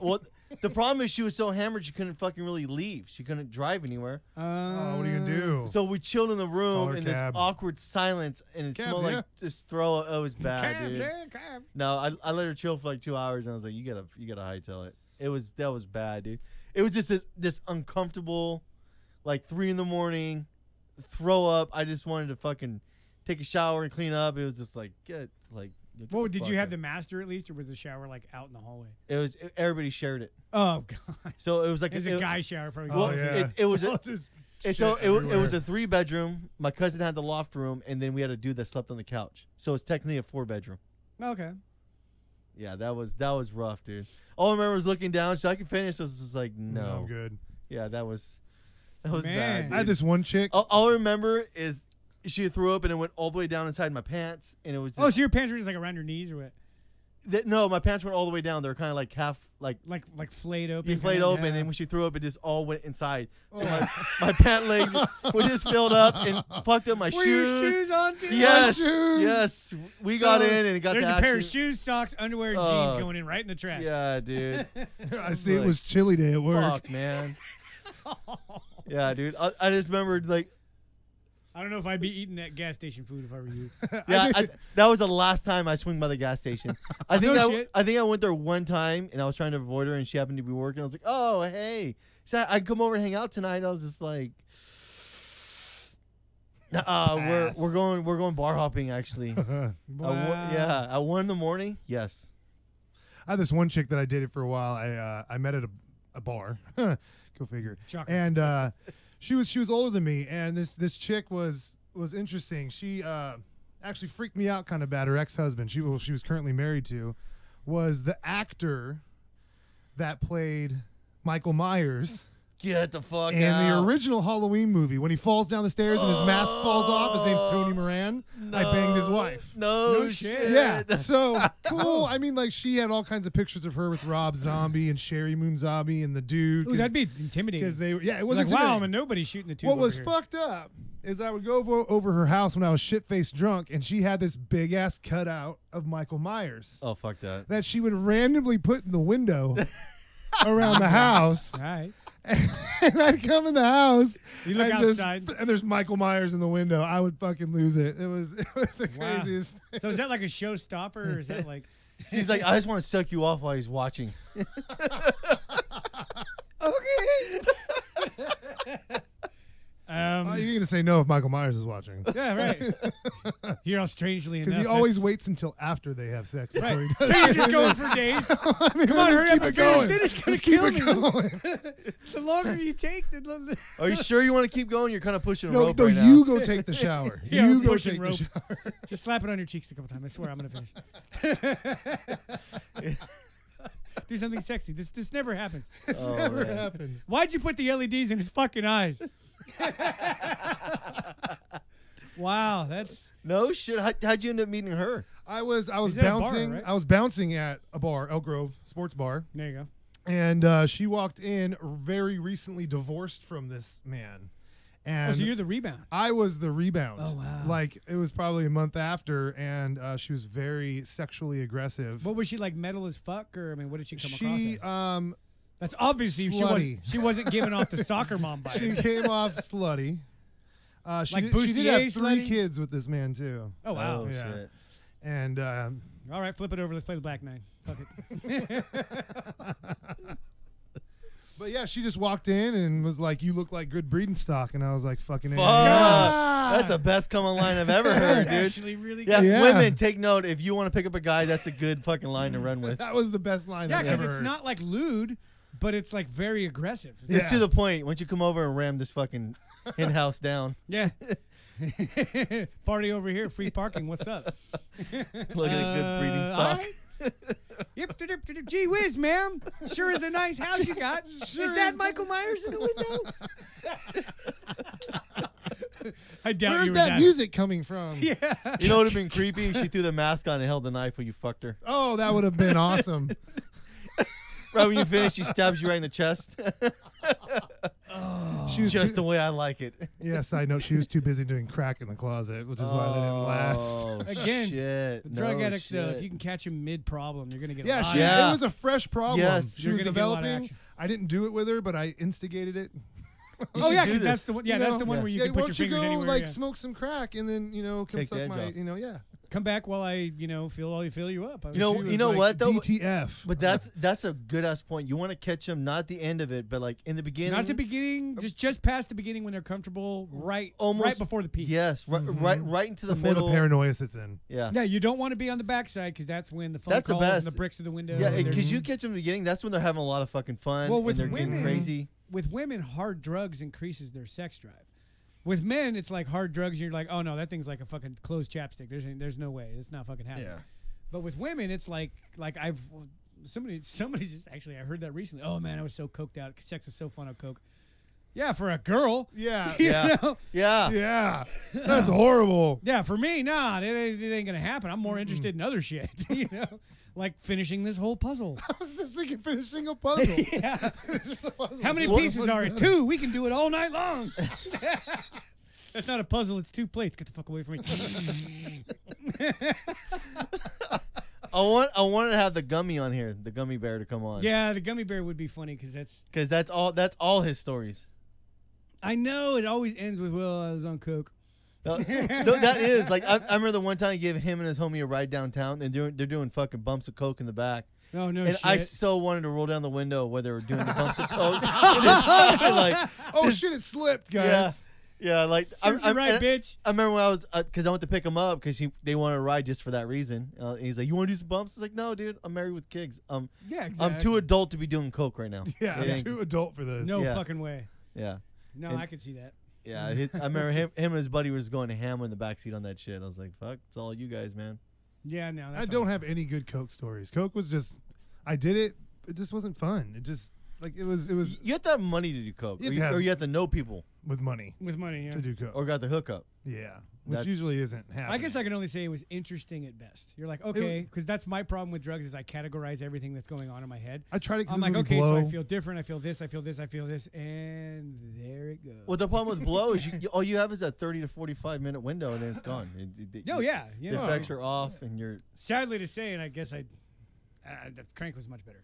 Speaker 2: Well, the problem is she was so hammered she couldn't fucking really leave. She couldn't drive anywhere.
Speaker 4: oh, what are you gonna do?
Speaker 2: Mm. So we chilled in the room
Speaker 4: Call her
Speaker 2: in
Speaker 4: cab.
Speaker 2: this awkward silence, and it
Speaker 4: Cab,
Speaker 2: smelled
Speaker 4: yeah.
Speaker 2: like just throw. It was bad,
Speaker 3: Cabs,
Speaker 2: dude.
Speaker 3: eh, cabs.
Speaker 2: No, I, I let her chill for like two hours, and I was like, "You gotta, you gotta hightail it." It was that was bad, dude. It was just this this uncomfortable, like three in the morning, throw up. I just wanted to fucking take a shower and clean up. It was just like get like. get
Speaker 3: Well,
Speaker 2: the
Speaker 3: did you
Speaker 2: fuck
Speaker 3: have
Speaker 2: up.
Speaker 3: the master at least, or was the shower like out in the hallway?
Speaker 2: It was everybody shared it,
Speaker 3: Oh god,
Speaker 2: so it was like
Speaker 3: it's a
Speaker 2: it-
Speaker 3: guy shower probably.
Speaker 2: Well,
Speaker 4: oh, yeah.
Speaker 2: it- it was a-
Speaker 4: All this
Speaker 2: it- so
Speaker 4: shit
Speaker 2: it, wa- it was
Speaker 4: everywhere.
Speaker 2: a three bedroom. My cousin had the loft room, and then we had a dude that slept on the couch. So it's technically a four bedroom.
Speaker 3: Oh, Okay.
Speaker 2: Yeah, that was that was rough, dude. All I remember was looking down. So I could finish. I was just like, no,
Speaker 4: I'm good.
Speaker 2: Yeah, that was that was
Speaker 3: Man.
Speaker 2: bad.
Speaker 4: I had
Speaker 2: dude.
Speaker 4: this one chick.
Speaker 2: all, all I remember is she threw up and it went all the way down inside my pants, and it was just,
Speaker 3: Oh, so your pants were just like around your knees or what?
Speaker 2: th- no, my pants went all the way down. They were kind of like half like
Speaker 3: Like like flayed open.
Speaker 2: you played
Speaker 3: kinda?
Speaker 2: open,
Speaker 3: Yeah.
Speaker 2: and when she threw up, it just all went inside. So my, my pant legs were just filled up and fucked up my
Speaker 3: Were
Speaker 2: shoes.
Speaker 3: your shoes on too?
Speaker 2: Yes,
Speaker 4: shoes?
Speaker 2: yes, we got
Speaker 3: So
Speaker 2: in and got
Speaker 3: There's
Speaker 2: the
Speaker 3: a pair of
Speaker 2: action.
Speaker 3: shoes, socks, underwear, and
Speaker 2: Oh,
Speaker 3: jeans going in right in the trash.
Speaker 2: Yeah, dude.
Speaker 4: I see it
Speaker 2: like,
Speaker 4: was chilly day at work.
Speaker 2: Fuck, man. yeah, dude. I, I just remembered like
Speaker 3: I don't know if I'd be eating that gas station food if I were you.
Speaker 2: Yeah, I, that was the last time I swung by the gas station. I think
Speaker 3: No
Speaker 2: I,
Speaker 3: shit.
Speaker 2: I think I went there one time and I was trying to avoid her and she happened to be working. I was like, oh hey, so I, I'd come over and hang out tonight. I was just like, uh, we're
Speaker 4: Pass.
Speaker 2: we're going we're going bar hopping actually. At
Speaker 3: wow.
Speaker 2: one- yeah, at one in the morning. Yes.
Speaker 4: I had this one chick that I dated for a while. I uh, I met at a, a bar. Go figure.
Speaker 3: Shocker.
Speaker 4: And uh, she was she was older than me, and this this chick was was interesting. She uh, actually freaked me out kind of bad. Her ex husband, she well, she was currently married to, was the actor that played Michael Myers
Speaker 2: Get the fuck
Speaker 4: in the
Speaker 2: out.
Speaker 4: original Halloween movie. When he falls down the stairs and his mask falls off, his name's Tony Moran. I banged his wife.
Speaker 2: No, Oh,
Speaker 3: No shit.
Speaker 2: shit.
Speaker 4: Yeah. So cool. I mean, like she had all kinds of pictures of her with Rob Zombie and Sherry Moon Zombie and the dude.
Speaker 3: Ooh, that'd be intimidating.
Speaker 4: because they were. Yeah, it
Speaker 3: like,
Speaker 4: wasn't.
Speaker 3: wow, I'm a
Speaker 4: intimidating.
Speaker 3: nobody shooting the two.
Speaker 4: What was fucked up is I would go over, over her house when I was shit faced drunk, and she had this big ass cutout of Michael Myers
Speaker 2: Oh fuck that.
Speaker 4: that she would randomly put in the window. around the house
Speaker 3: All right.
Speaker 4: and I'd come in the house
Speaker 3: You look
Speaker 4: and just-
Speaker 3: outside.
Speaker 4: and there's Michael Myers in the window I would fucking lose it it was it was the
Speaker 3: Wow.
Speaker 4: craziest thing.
Speaker 3: So is that like a showstopper, or is that like?
Speaker 2: She's like, I just want to suck you off while he's watching.
Speaker 4: Oh,
Speaker 3: Um,
Speaker 4: you're gonna say no if Michael Myers is watching
Speaker 3: yeah, right. You're all strangely enough.
Speaker 4: Because he always
Speaker 3: that's-
Speaker 4: waits until after they have sex. Before
Speaker 3: Right.
Speaker 4: he does
Speaker 3: So you're
Speaker 4: it.
Speaker 3: just going for days.
Speaker 4: I mean,
Speaker 3: Come on,
Speaker 4: just
Speaker 3: hurry up
Speaker 4: keep it
Speaker 3: and
Speaker 4: going.
Speaker 3: finish. Dude, it's gonna
Speaker 4: just keep
Speaker 3: kill
Speaker 4: it
Speaker 3: me.
Speaker 4: going.
Speaker 3: The longer you take, the. the
Speaker 2: Are you sure you want to keep going? You're kind of pushing a
Speaker 4: no,
Speaker 2: rope
Speaker 4: no,
Speaker 2: right now.
Speaker 4: you go take the shower.
Speaker 3: Yeah,
Speaker 4: you
Speaker 3: we're
Speaker 4: go
Speaker 3: pushing
Speaker 4: take
Speaker 3: rope. Oh,
Speaker 4: the shower.
Speaker 3: Just slap it on your cheeks a couple times. I swear I'm gonna finish. do something sexy. This this never happens.
Speaker 4: This
Speaker 2: Oh,
Speaker 4: never happens.
Speaker 3: Why'd you put the LEDs in his fucking eyes? wow, that's
Speaker 2: No shit. How, how'd you end up meeting her?
Speaker 4: I was I was
Speaker 3: He's at a bar,
Speaker 4: bouncing
Speaker 3: right?
Speaker 4: I was bouncing at a bar, Elk Grove Sports Bar,
Speaker 3: there you go.
Speaker 4: and uh, she walked in very recently divorced from this man. And
Speaker 3: Oh, so you're the rebound.
Speaker 4: I was the rebound.
Speaker 3: Oh, wow.
Speaker 4: Like it was probably a month after, and uh, she was very sexually aggressive.
Speaker 3: What was she like? Metal as fuck, or I mean, what did she come across?
Speaker 4: she
Speaker 3: as?
Speaker 4: um
Speaker 3: That's obviously she wasn't.
Speaker 4: slutty.
Speaker 3: She wasn't giving off the soccer mom
Speaker 4: she
Speaker 3: vibe.
Speaker 4: came off slutty. Uh, she,
Speaker 3: Like
Speaker 4: did, she did
Speaker 3: bustier
Speaker 4: have three
Speaker 3: slutty?
Speaker 4: kids with this man too,
Speaker 3: Oh wow.
Speaker 2: Oh
Speaker 4: Yeah.
Speaker 2: shit.
Speaker 4: and um,
Speaker 3: All right, flip it over. Let's play the Black Knight. Fuck it.
Speaker 4: but yeah, she just walked in and was like, "You look like good breeding stock," and I was like, "Fucking A.
Speaker 2: Fuck.
Speaker 4: Uh,
Speaker 2: That's the best come on line I've ever heard,
Speaker 3: Ah. That's
Speaker 2: dude.
Speaker 3: actually really
Speaker 2: yeah,
Speaker 3: good.
Speaker 4: Yeah.
Speaker 2: women take note. If you want to pick up a guy, that's a good fucking line to run with.
Speaker 4: That was the best line.
Speaker 3: Yeah,
Speaker 4: I've
Speaker 3: because
Speaker 4: ever
Speaker 3: it's
Speaker 4: heard.
Speaker 3: not like lewd, but it's like very aggressive.
Speaker 4: Yeah.
Speaker 2: It's to the point. Once you come over and ram this fucking in house down,
Speaker 3: Yeah. Party over here, free parking. What's up?
Speaker 2: look at a good breeding
Speaker 3: Uh,
Speaker 2: stock.
Speaker 3: all right. Yip, dip, dip, dip, dip. Gee whiz, ma'am. Sure is a nice house you got. is that Michael Myers in the window? I doubt
Speaker 4: Where's
Speaker 3: you were
Speaker 4: that music coming from?
Speaker 2: You know what would have been creepy? She threw the mask on and held the knife when you fucked her.
Speaker 4: Oh, that would have been awesome.
Speaker 2: Right when you finish, she stabs you right in the chest.
Speaker 3: Oh.
Speaker 4: She was
Speaker 2: Just the
Speaker 4: too,
Speaker 2: way I like it.
Speaker 4: yeah. Side note: She was too busy doing crack in the closet, which is why they didn't last.
Speaker 2: Oh,
Speaker 3: Again,
Speaker 2: shit.
Speaker 3: The drug
Speaker 2: No
Speaker 3: addict, though,
Speaker 2: shit.
Speaker 3: if you can catch him mid problem, you're going to get
Speaker 4: Yeah,
Speaker 3: a lot
Speaker 4: she,
Speaker 3: of-
Speaker 2: Yeah.
Speaker 4: it was a fresh problem.
Speaker 2: Yes.
Speaker 4: she
Speaker 3: You're
Speaker 4: was
Speaker 3: gonna get a lot of
Speaker 4: developing.
Speaker 3: action.
Speaker 4: I didn't do it with her, but I instigated it.
Speaker 2: You
Speaker 3: Oh,
Speaker 2: should
Speaker 3: yeah,
Speaker 2: do this.
Speaker 3: because that's the one, yeah,
Speaker 4: You
Speaker 3: that's
Speaker 4: know?
Speaker 3: the one
Speaker 2: Yeah.
Speaker 3: where you
Speaker 4: yeah,
Speaker 3: can
Speaker 4: why
Speaker 3: put your
Speaker 4: don't
Speaker 3: fingers
Speaker 4: you go
Speaker 3: anywhere.
Speaker 4: like
Speaker 3: yeah.
Speaker 4: smoke some crack and then you know come
Speaker 2: Take the
Speaker 4: suck
Speaker 2: edge
Speaker 4: my
Speaker 2: off.
Speaker 4: you know yeah.
Speaker 3: Come back while I, you know, feel all you feel Oh, you up. I
Speaker 2: You know-
Speaker 3: was-
Speaker 4: She was
Speaker 2: know
Speaker 4: like,
Speaker 2: what, though?
Speaker 4: DTF.
Speaker 2: But that's that's a good ass point. You want to catch him not at the end of it, but like in the beginning.
Speaker 3: not the beginning, just just past the beginning when they're comfortable, right,
Speaker 2: Almost-
Speaker 3: right before the peak.
Speaker 2: Yes, right, right, right into the
Speaker 4: before
Speaker 2: middle.
Speaker 4: the paranoia sits in.
Speaker 2: yeah,
Speaker 3: Yeah, you don't want to be on the backside because that's when the phone
Speaker 2: That's the
Speaker 3: calls
Speaker 2: best.
Speaker 3: and the bricks through the window.
Speaker 2: yeah,
Speaker 3: and they're-
Speaker 2: because you catch them in the beginning. That's when they're having a lot of fucking fun.
Speaker 3: Well,
Speaker 2: and
Speaker 3: with
Speaker 2: they're getting
Speaker 3: women-
Speaker 2: crazy.
Speaker 3: with women, hard drugs increases their sex drive. With men, it's like hard drugs. You're like, oh no, that thing's like a fucking closed chapstick. There's there's no way. It's not fucking happening.
Speaker 2: Yeah.
Speaker 3: But with women, it's like like I've somebody somebody just actually I heard that recently. Oh man, I was so coked out. Sex is so fun on coke. Yeah, for a girl.
Speaker 4: Yeah.
Speaker 3: You
Speaker 2: Yeah.
Speaker 3: know?
Speaker 2: Yeah,
Speaker 4: yeah. That's horrible.
Speaker 3: Yeah, for me, nah, it, ain't- it ain't gonna happen. I'm more interested in other shit, you know, like finishing this whole puzzle.
Speaker 4: I was just thinking finishing a puzzle.
Speaker 3: Yeah. How many
Speaker 2: What-
Speaker 3: pieces are it? Two. We can do it all night long. That's not a puzzle. It's two plates. Get the fuck away from me.
Speaker 2: I want I wanted to have the gummy on here, the gummy bear to come on.
Speaker 3: yeah, the gummy bear would be funny because that's.
Speaker 2: because that's all that's all his stories.
Speaker 3: I know it always ends with well, I was on coke.
Speaker 2: No, no, that is like I, I remember the one time I gave him and his homie a ride downtown, and doing they're doing fucking bumps of coke in the back,
Speaker 3: Oh no
Speaker 2: and
Speaker 3: shit.
Speaker 2: I so wanted to roll down the window while they were doing the bumps of coke. And his homie, like,
Speaker 4: Oh shit, it slipped, guys.
Speaker 2: yeah, yeah, like
Speaker 3: Serves you right,
Speaker 2: and-
Speaker 3: bitch.
Speaker 2: I remember when I was because I went to pick him up because he they wanted a ride just for that reason. Uh, and he's like, "You want to do some bumps?" I was like, "No, dude, I'm married with kids. Um,
Speaker 3: Yeah,
Speaker 2: I'm too adult to be doing coke right now."
Speaker 4: Yeah,
Speaker 2: It
Speaker 4: I'm
Speaker 2: ain't-
Speaker 4: too adult for this.
Speaker 3: No
Speaker 2: Yeah.
Speaker 3: fucking way.
Speaker 2: yeah,
Speaker 3: No,
Speaker 2: And-
Speaker 3: I could see that.
Speaker 2: yeah. His, I remember him, him and his buddy was going to ham in the backseat on that shit. I was like, "Fuck, it's all you guys, man."
Speaker 3: Yeah, no.
Speaker 4: I
Speaker 3: That's
Speaker 4: don't have any good Coke stories. Coke was just I did it, it just wasn't fun. It just like it was it was
Speaker 2: You have to have money to do coke, or
Speaker 4: You have
Speaker 2: you,
Speaker 4: to have-
Speaker 2: or you have to know people,
Speaker 4: with money
Speaker 3: with money. Yeah. Oh,
Speaker 4: to do Coke.
Speaker 2: or got the hookup.
Speaker 4: Yeah. Which
Speaker 2: That's-
Speaker 4: usually isn't happening.
Speaker 3: I guess I can only say it was interesting at best. You're like, okay, because that's my problem with drugs is I categorize everything that's going on in my head.
Speaker 4: I tried it because
Speaker 3: I'm like,
Speaker 4: movie
Speaker 3: okay,
Speaker 4: blow.
Speaker 3: so I feel different. I feel this. I feel this. I feel this, and there it goes.
Speaker 2: Well, the problem with blow is you, you, all you have is that 30 to 45 minute window, and then it's gone. It- it- it-
Speaker 3: oh yeah, you
Speaker 2: The
Speaker 3: know.
Speaker 2: effects are off, and you're
Speaker 3: Sadly to say, and I guess I, uh, the crank was much better.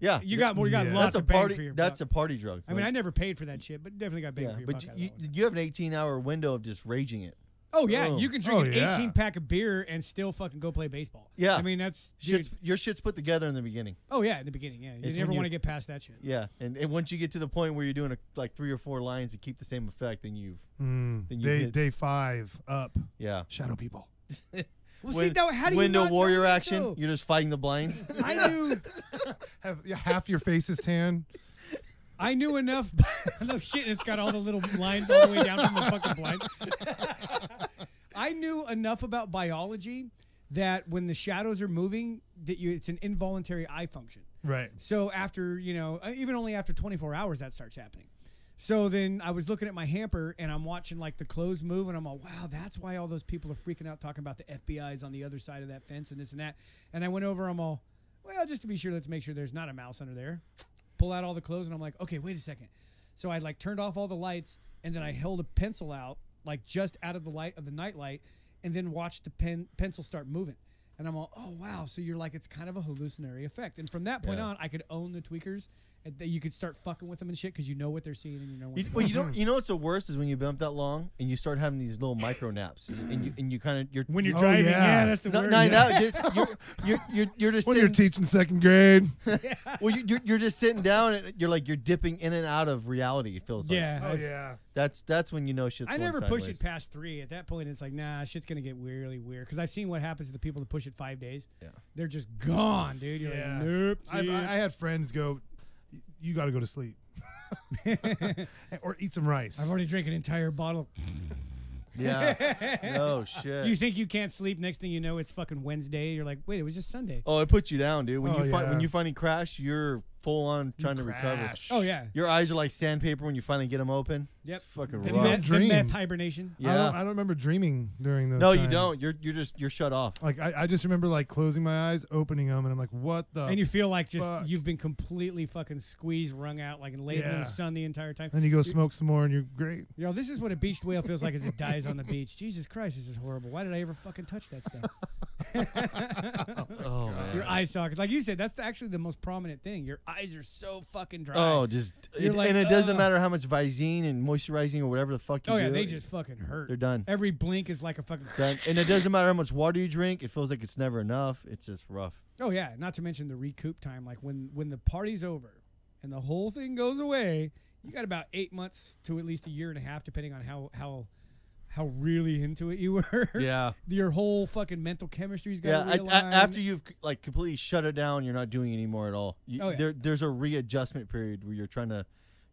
Speaker 2: yeah.
Speaker 3: You got more. You got
Speaker 4: Yeah.
Speaker 3: lots
Speaker 2: that's a
Speaker 3: of bang
Speaker 2: party.
Speaker 3: for your
Speaker 2: that's a
Speaker 3: buck.
Speaker 2: party drug.
Speaker 3: I mean,
Speaker 2: Like-
Speaker 3: I never paid for that shit, but definitely got bang
Speaker 2: Yeah,
Speaker 3: for your
Speaker 2: but
Speaker 3: buck
Speaker 2: you,
Speaker 3: out of
Speaker 2: you,
Speaker 3: that one.
Speaker 2: you have an 18 hour window of just raging it.
Speaker 3: Oh yeah,
Speaker 2: Oh.
Speaker 3: you can drink
Speaker 4: Oh,
Speaker 3: an
Speaker 4: yeah.
Speaker 3: 18 pack of beer and still fucking go play baseball.
Speaker 2: Yeah.
Speaker 3: I mean that's dude,
Speaker 2: Shit's, your shit's put together in the beginning.
Speaker 3: oh yeah, in the beginning, yeah, you
Speaker 2: It's
Speaker 3: never
Speaker 2: when
Speaker 3: want to
Speaker 2: you-
Speaker 3: get past that shit.
Speaker 2: Yeah, and, and once you get to the point where you're doing a, like three or four lines to keep the same effect, then you've
Speaker 4: Mm,
Speaker 2: Then you
Speaker 4: day
Speaker 2: hit-
Speaker 4: day five up.
Speaker 2: yeah.
Speaker 4: Shadow people.
Speaker 3: Well,
Speaker 2: Win-
Speaker 3: see, that, how do you
Speaker 2: window
Speaker 3: not know
Speaker 2: warrior
Speaker 3: that,
Speaker 2: action.
Speaker 3: though?
Speaker 2: You're just fighting the blinds.
Speaker 3: I knew
Speaker 4: Have, yeah, half your face is tan.
Speaker 3: I knew enough. no shit, and it's got all the little lines all the way down from the fucking blinds. I knew enough about biology that when the shadows are moving, that you it's an involuntary eye function.
Speaker 4: Right.
Speaker 3: So after you know, uh, even only after 24 hours, that starts happening. So then I was looking at my hamper and I'm watching like the clothes move and I'm like, wow, that's why all those people are freaking out talking about the FBI's on the other side of that fence and this and that. And I went over, I'm all, well, just to be sure, let's make sure there's not a mouse under there. Pull out all the clothes and I'm like, okay, wait a second. So I like turned off all the lights and then I held a pencil out like just out of the light of the nightlight and then watched the pen pencil start moving. And I'm all, oh wow! So you're like, it's kind of a hallucinatory effect. And from that point
Speaker 2: Yeah.
Speaker 3: on, I could own the tweakers, and th- you could start fucking with them and shit because you know what they're seeing and you know. What
Speaker 2: You, well, you don't. You know what's the worst is when you bump that long and you start having these little micro naps, and you and you kind of you're
Speaker 3: when you're
Speaker 4: Oh,
Speaker 3: driving, yeah.
Speaker 4: yeah.
Speaker 3: that's the
Speaker 2: No,
Speaker 3: word.
Speaker 2: no, no, just- you're, you're, you're, you're just
Speaker 4: When you're
Speaker 2: sitting,
Speaker 4: teaching second grade. Oh,
Speaker 2: well, you- you're, you're just sitting down and you're like you're dipping in and out of reality. It feels like.
Speaker 3: Yeah. I've-
Speaker 4: yeah.
Speaker 2: That's that's when you know shit's.
Speaker 3: I
Speaker 2: going
Speaker 3: never push it
Speaker 2: sideways.
Speaker 3: past three. At that point, it's like, nah, shit's gonna get really weird. Because I've seen what happens to the people that push it five days.
Speaker 2: Yeah.
Speaker 3: They're just gone, dude. You're
Speaker 4: Yeah.
Speaker 3: like, nope.
Speaker 4: I, I
Speaker 3: see ya."
Speaker 4: I had friends go, "Y- you got to go to sleep. or eat some rice.
Speaker 3: I've already drank an entire bottle.
Speaker 2: Yeah. no shit.
Speaker 3: You think you can't sleep? Next thing you know, it's fucking Wednesday. You're like, wait, it was just Sunday.
Speaker 2: oh, it puts you down, dude. When
Speaker 4: Oh,
Speaker 2: you fi-
Speaker 4: yeah.
Speaker 2: when you finally crash, you're full on trying to recover.
Speaker 4: Crash.
Speaker 3: Oh yeah.
Speaker 2: Your eyes are like sandpaper when you finally get them open.
Speaker 3: Yep.
Speaker 2: It's fucking
Speaker 4: Then
Speaker 3: The
Speaker 4: Wow.
Speaker 2: rough.
Speaker 4: that-
Speaker 3: meth, the
Speaker 4: Dream.
Speaker 3: meth hibernation.
Speaker 2: yeah.
Speaker 4: I don't, I don't remember dreaming during those
Speaker 2: no, you
Speaker 4: times.
Speaker 2: don't. You're you're just you're shut off.
Speaker 4: Like I, I just remember like closing my eyes, opening them, and I'm like, "What the?"
Speaker 3: and you feel like just
Speaker 4: fuck.
Speaker 3: you've been completely fucking squeezed, wrung out, like and laid in
Speaker 4: Yeah.
Speaker 3: the sun the entire time.
Speaker 4: then you go smoke some more, and you're great.
Speaker 3: Yo, this is what a beached whale feels like as it dies on the beach. Jesus Christ, this is horrible. Why did I ever fucking touch that stuff?
Speaker 2: Oh man.
Speaker 3: Your eye sockets, like you said, that's the- actually the most prominent thing. Your eyes are so fucking dry.
Speaker 2: Oh, just
Speaker 3: You're
Speaker 2: it-
Speaker 3: like,
Speaker 2: and it doesn't
Speaker 3: "Ugh."
Speaker 2: matter how much Visine and moisturizing or whatever the fuck you
Speaker 3: Oh,
Speaker 2: do.
Speaker 3: yeah, they
Speaker 2: it-
Speaker 3: just fucking hurt.
Speaker 2: they're done.
Speaker 3: Every blink is like a fucking.
Speaker 2: done. And it doesn't matter how much water you drink. It feels like it's never enough. It's just rough.
Speaker 3: Oh yeah, not to mention the recoup time. Like when when the party's over and the whole thing goes away, you got about eight months to at least a year and a half, depending on how how how really into it you were.
Speaker 2: Yeah.
Speaker 3: Your whole fucking mental chemistry's
Speaker 2: Yeah,
Speaker 3: got
Speaker 2: I,
Speaker 3: to
Speaker 2: I- after you've like completely shut it down, you're not doing it anymore at all. You,
Speaker 3: Oh, yeah.
Speaker 2: there, there's a readjustment period where you're trying to,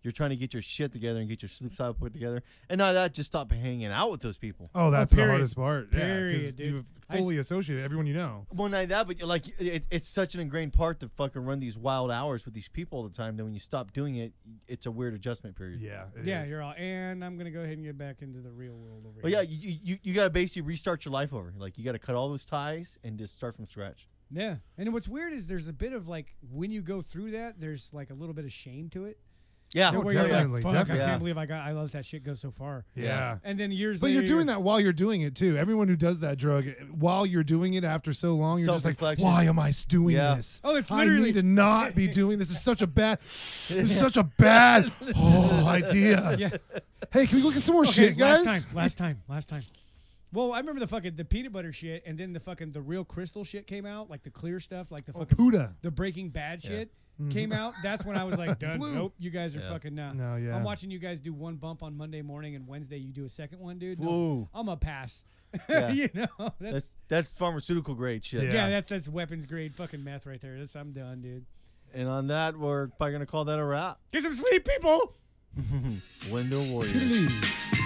Speaker 2: you're trying to get your shit together and get your sleep cycle put together. And not that, just stop hanging out with those people.
Speaker 4: Oh, that's the
Speaker 3: period.
Speaker 4: hardest part. yeah,
Speaker 3: Period, dude.
Speaker 4: you
Speaker 3: I-
Speaker 4: fully associated everyone you know.
Speaker 2: Well, not that, but like it, it's such an ingrained part to fucking run these wild hours with these people all the time. That when you stop doing it, it's a weird adjustment period.
Speaker 4: Yeah, it
Speaker 3: yeah,
Speaker 4: is.
Speaker 3: you're all. And I'm gonna go ahead and get back into the real world over
Speaker 2: Well,
Speaker 3: here.
Speaker 2: yeah, you, you you gotta basically restart your life over. Like you gotta cut all those ties and just start from scratch.
Speaker 3: Yeah. And what's weird is there's a bit of like when you go through that, there's like a little bit of shame to it.
Speaker 2: Yeah,
Speaker 4: Oh,
Speaker 3: Where you're like,
Speaker 4: definitely,
Speaker 3: "Fuck,
Speaker 4: definitely.
Speaker 3: I
Speaker 2: Yeah.
Speaker 3: can't believe I got I let that shit go so far.
Speaker 4: yeah.
Speaker 2: Yeah.
Speaker 3: And then years
Speaker 4: But
Speaker 3: later
Speaker 4: you're doing that while you're doing it too. Everyone who does that drug, eh, while you're doing it after so long, you're just like,
Speaker 2: Self-reflection.
Speaker 4: "Why am I s- doing
Speaker 2: Yeah.
Speaker 4: this?
Speaker 3: Oh, it's
Speaker 4: I
Speaker 3: literally-
Speaker 4: need to not be doing this. It's such a bad, this is such a bad oh, idea.
Speaker 3: Yeah.
Speaker 4: Hey, can we look at some more
Speaker 3: Okay,
Speaker 4: shit, guys?
Speaker 3: Last time, last time, last time. Well, I remember the fucking the peanut butter shit, and then the fucking the real crystal shit came out, like the clear stuff, like the
Speaker 4: Oh,
Speaker 3: fucking
Speaker 4: Puda.
Speaker 3: the Breaking Bad shit came out. That's when I was like, done.
Speaker 4: Mm-hmm. Blue.
Speaker 3: Nope, you guys are
Speaker 2: Yeah.
Speaker 3: fucking not.
Speaker 4: No, yeah.
Speaker 3: I'm watching you guys do one bump on Monday morning, and Wednesday you do a second one, dude. No,
Speaker 2: Whoa.
Speaker 3: I'm a pass.
Speaker 2: Yeah.
Speaker 3: you know, that's
Speaker 2: that's that's pharmaceutical grade shit.
Speaker 4: Yeah.
Speaker 3: yeah. that's that's weapons grade fucking meth right there. That's I'm done, dude.
Speaker 2: And on that, we're probably gonna call that a wrap.
Speaker 3: Get some sleep, people.
Speaker 2: Window Warrior.
Speaker 4: Ooh.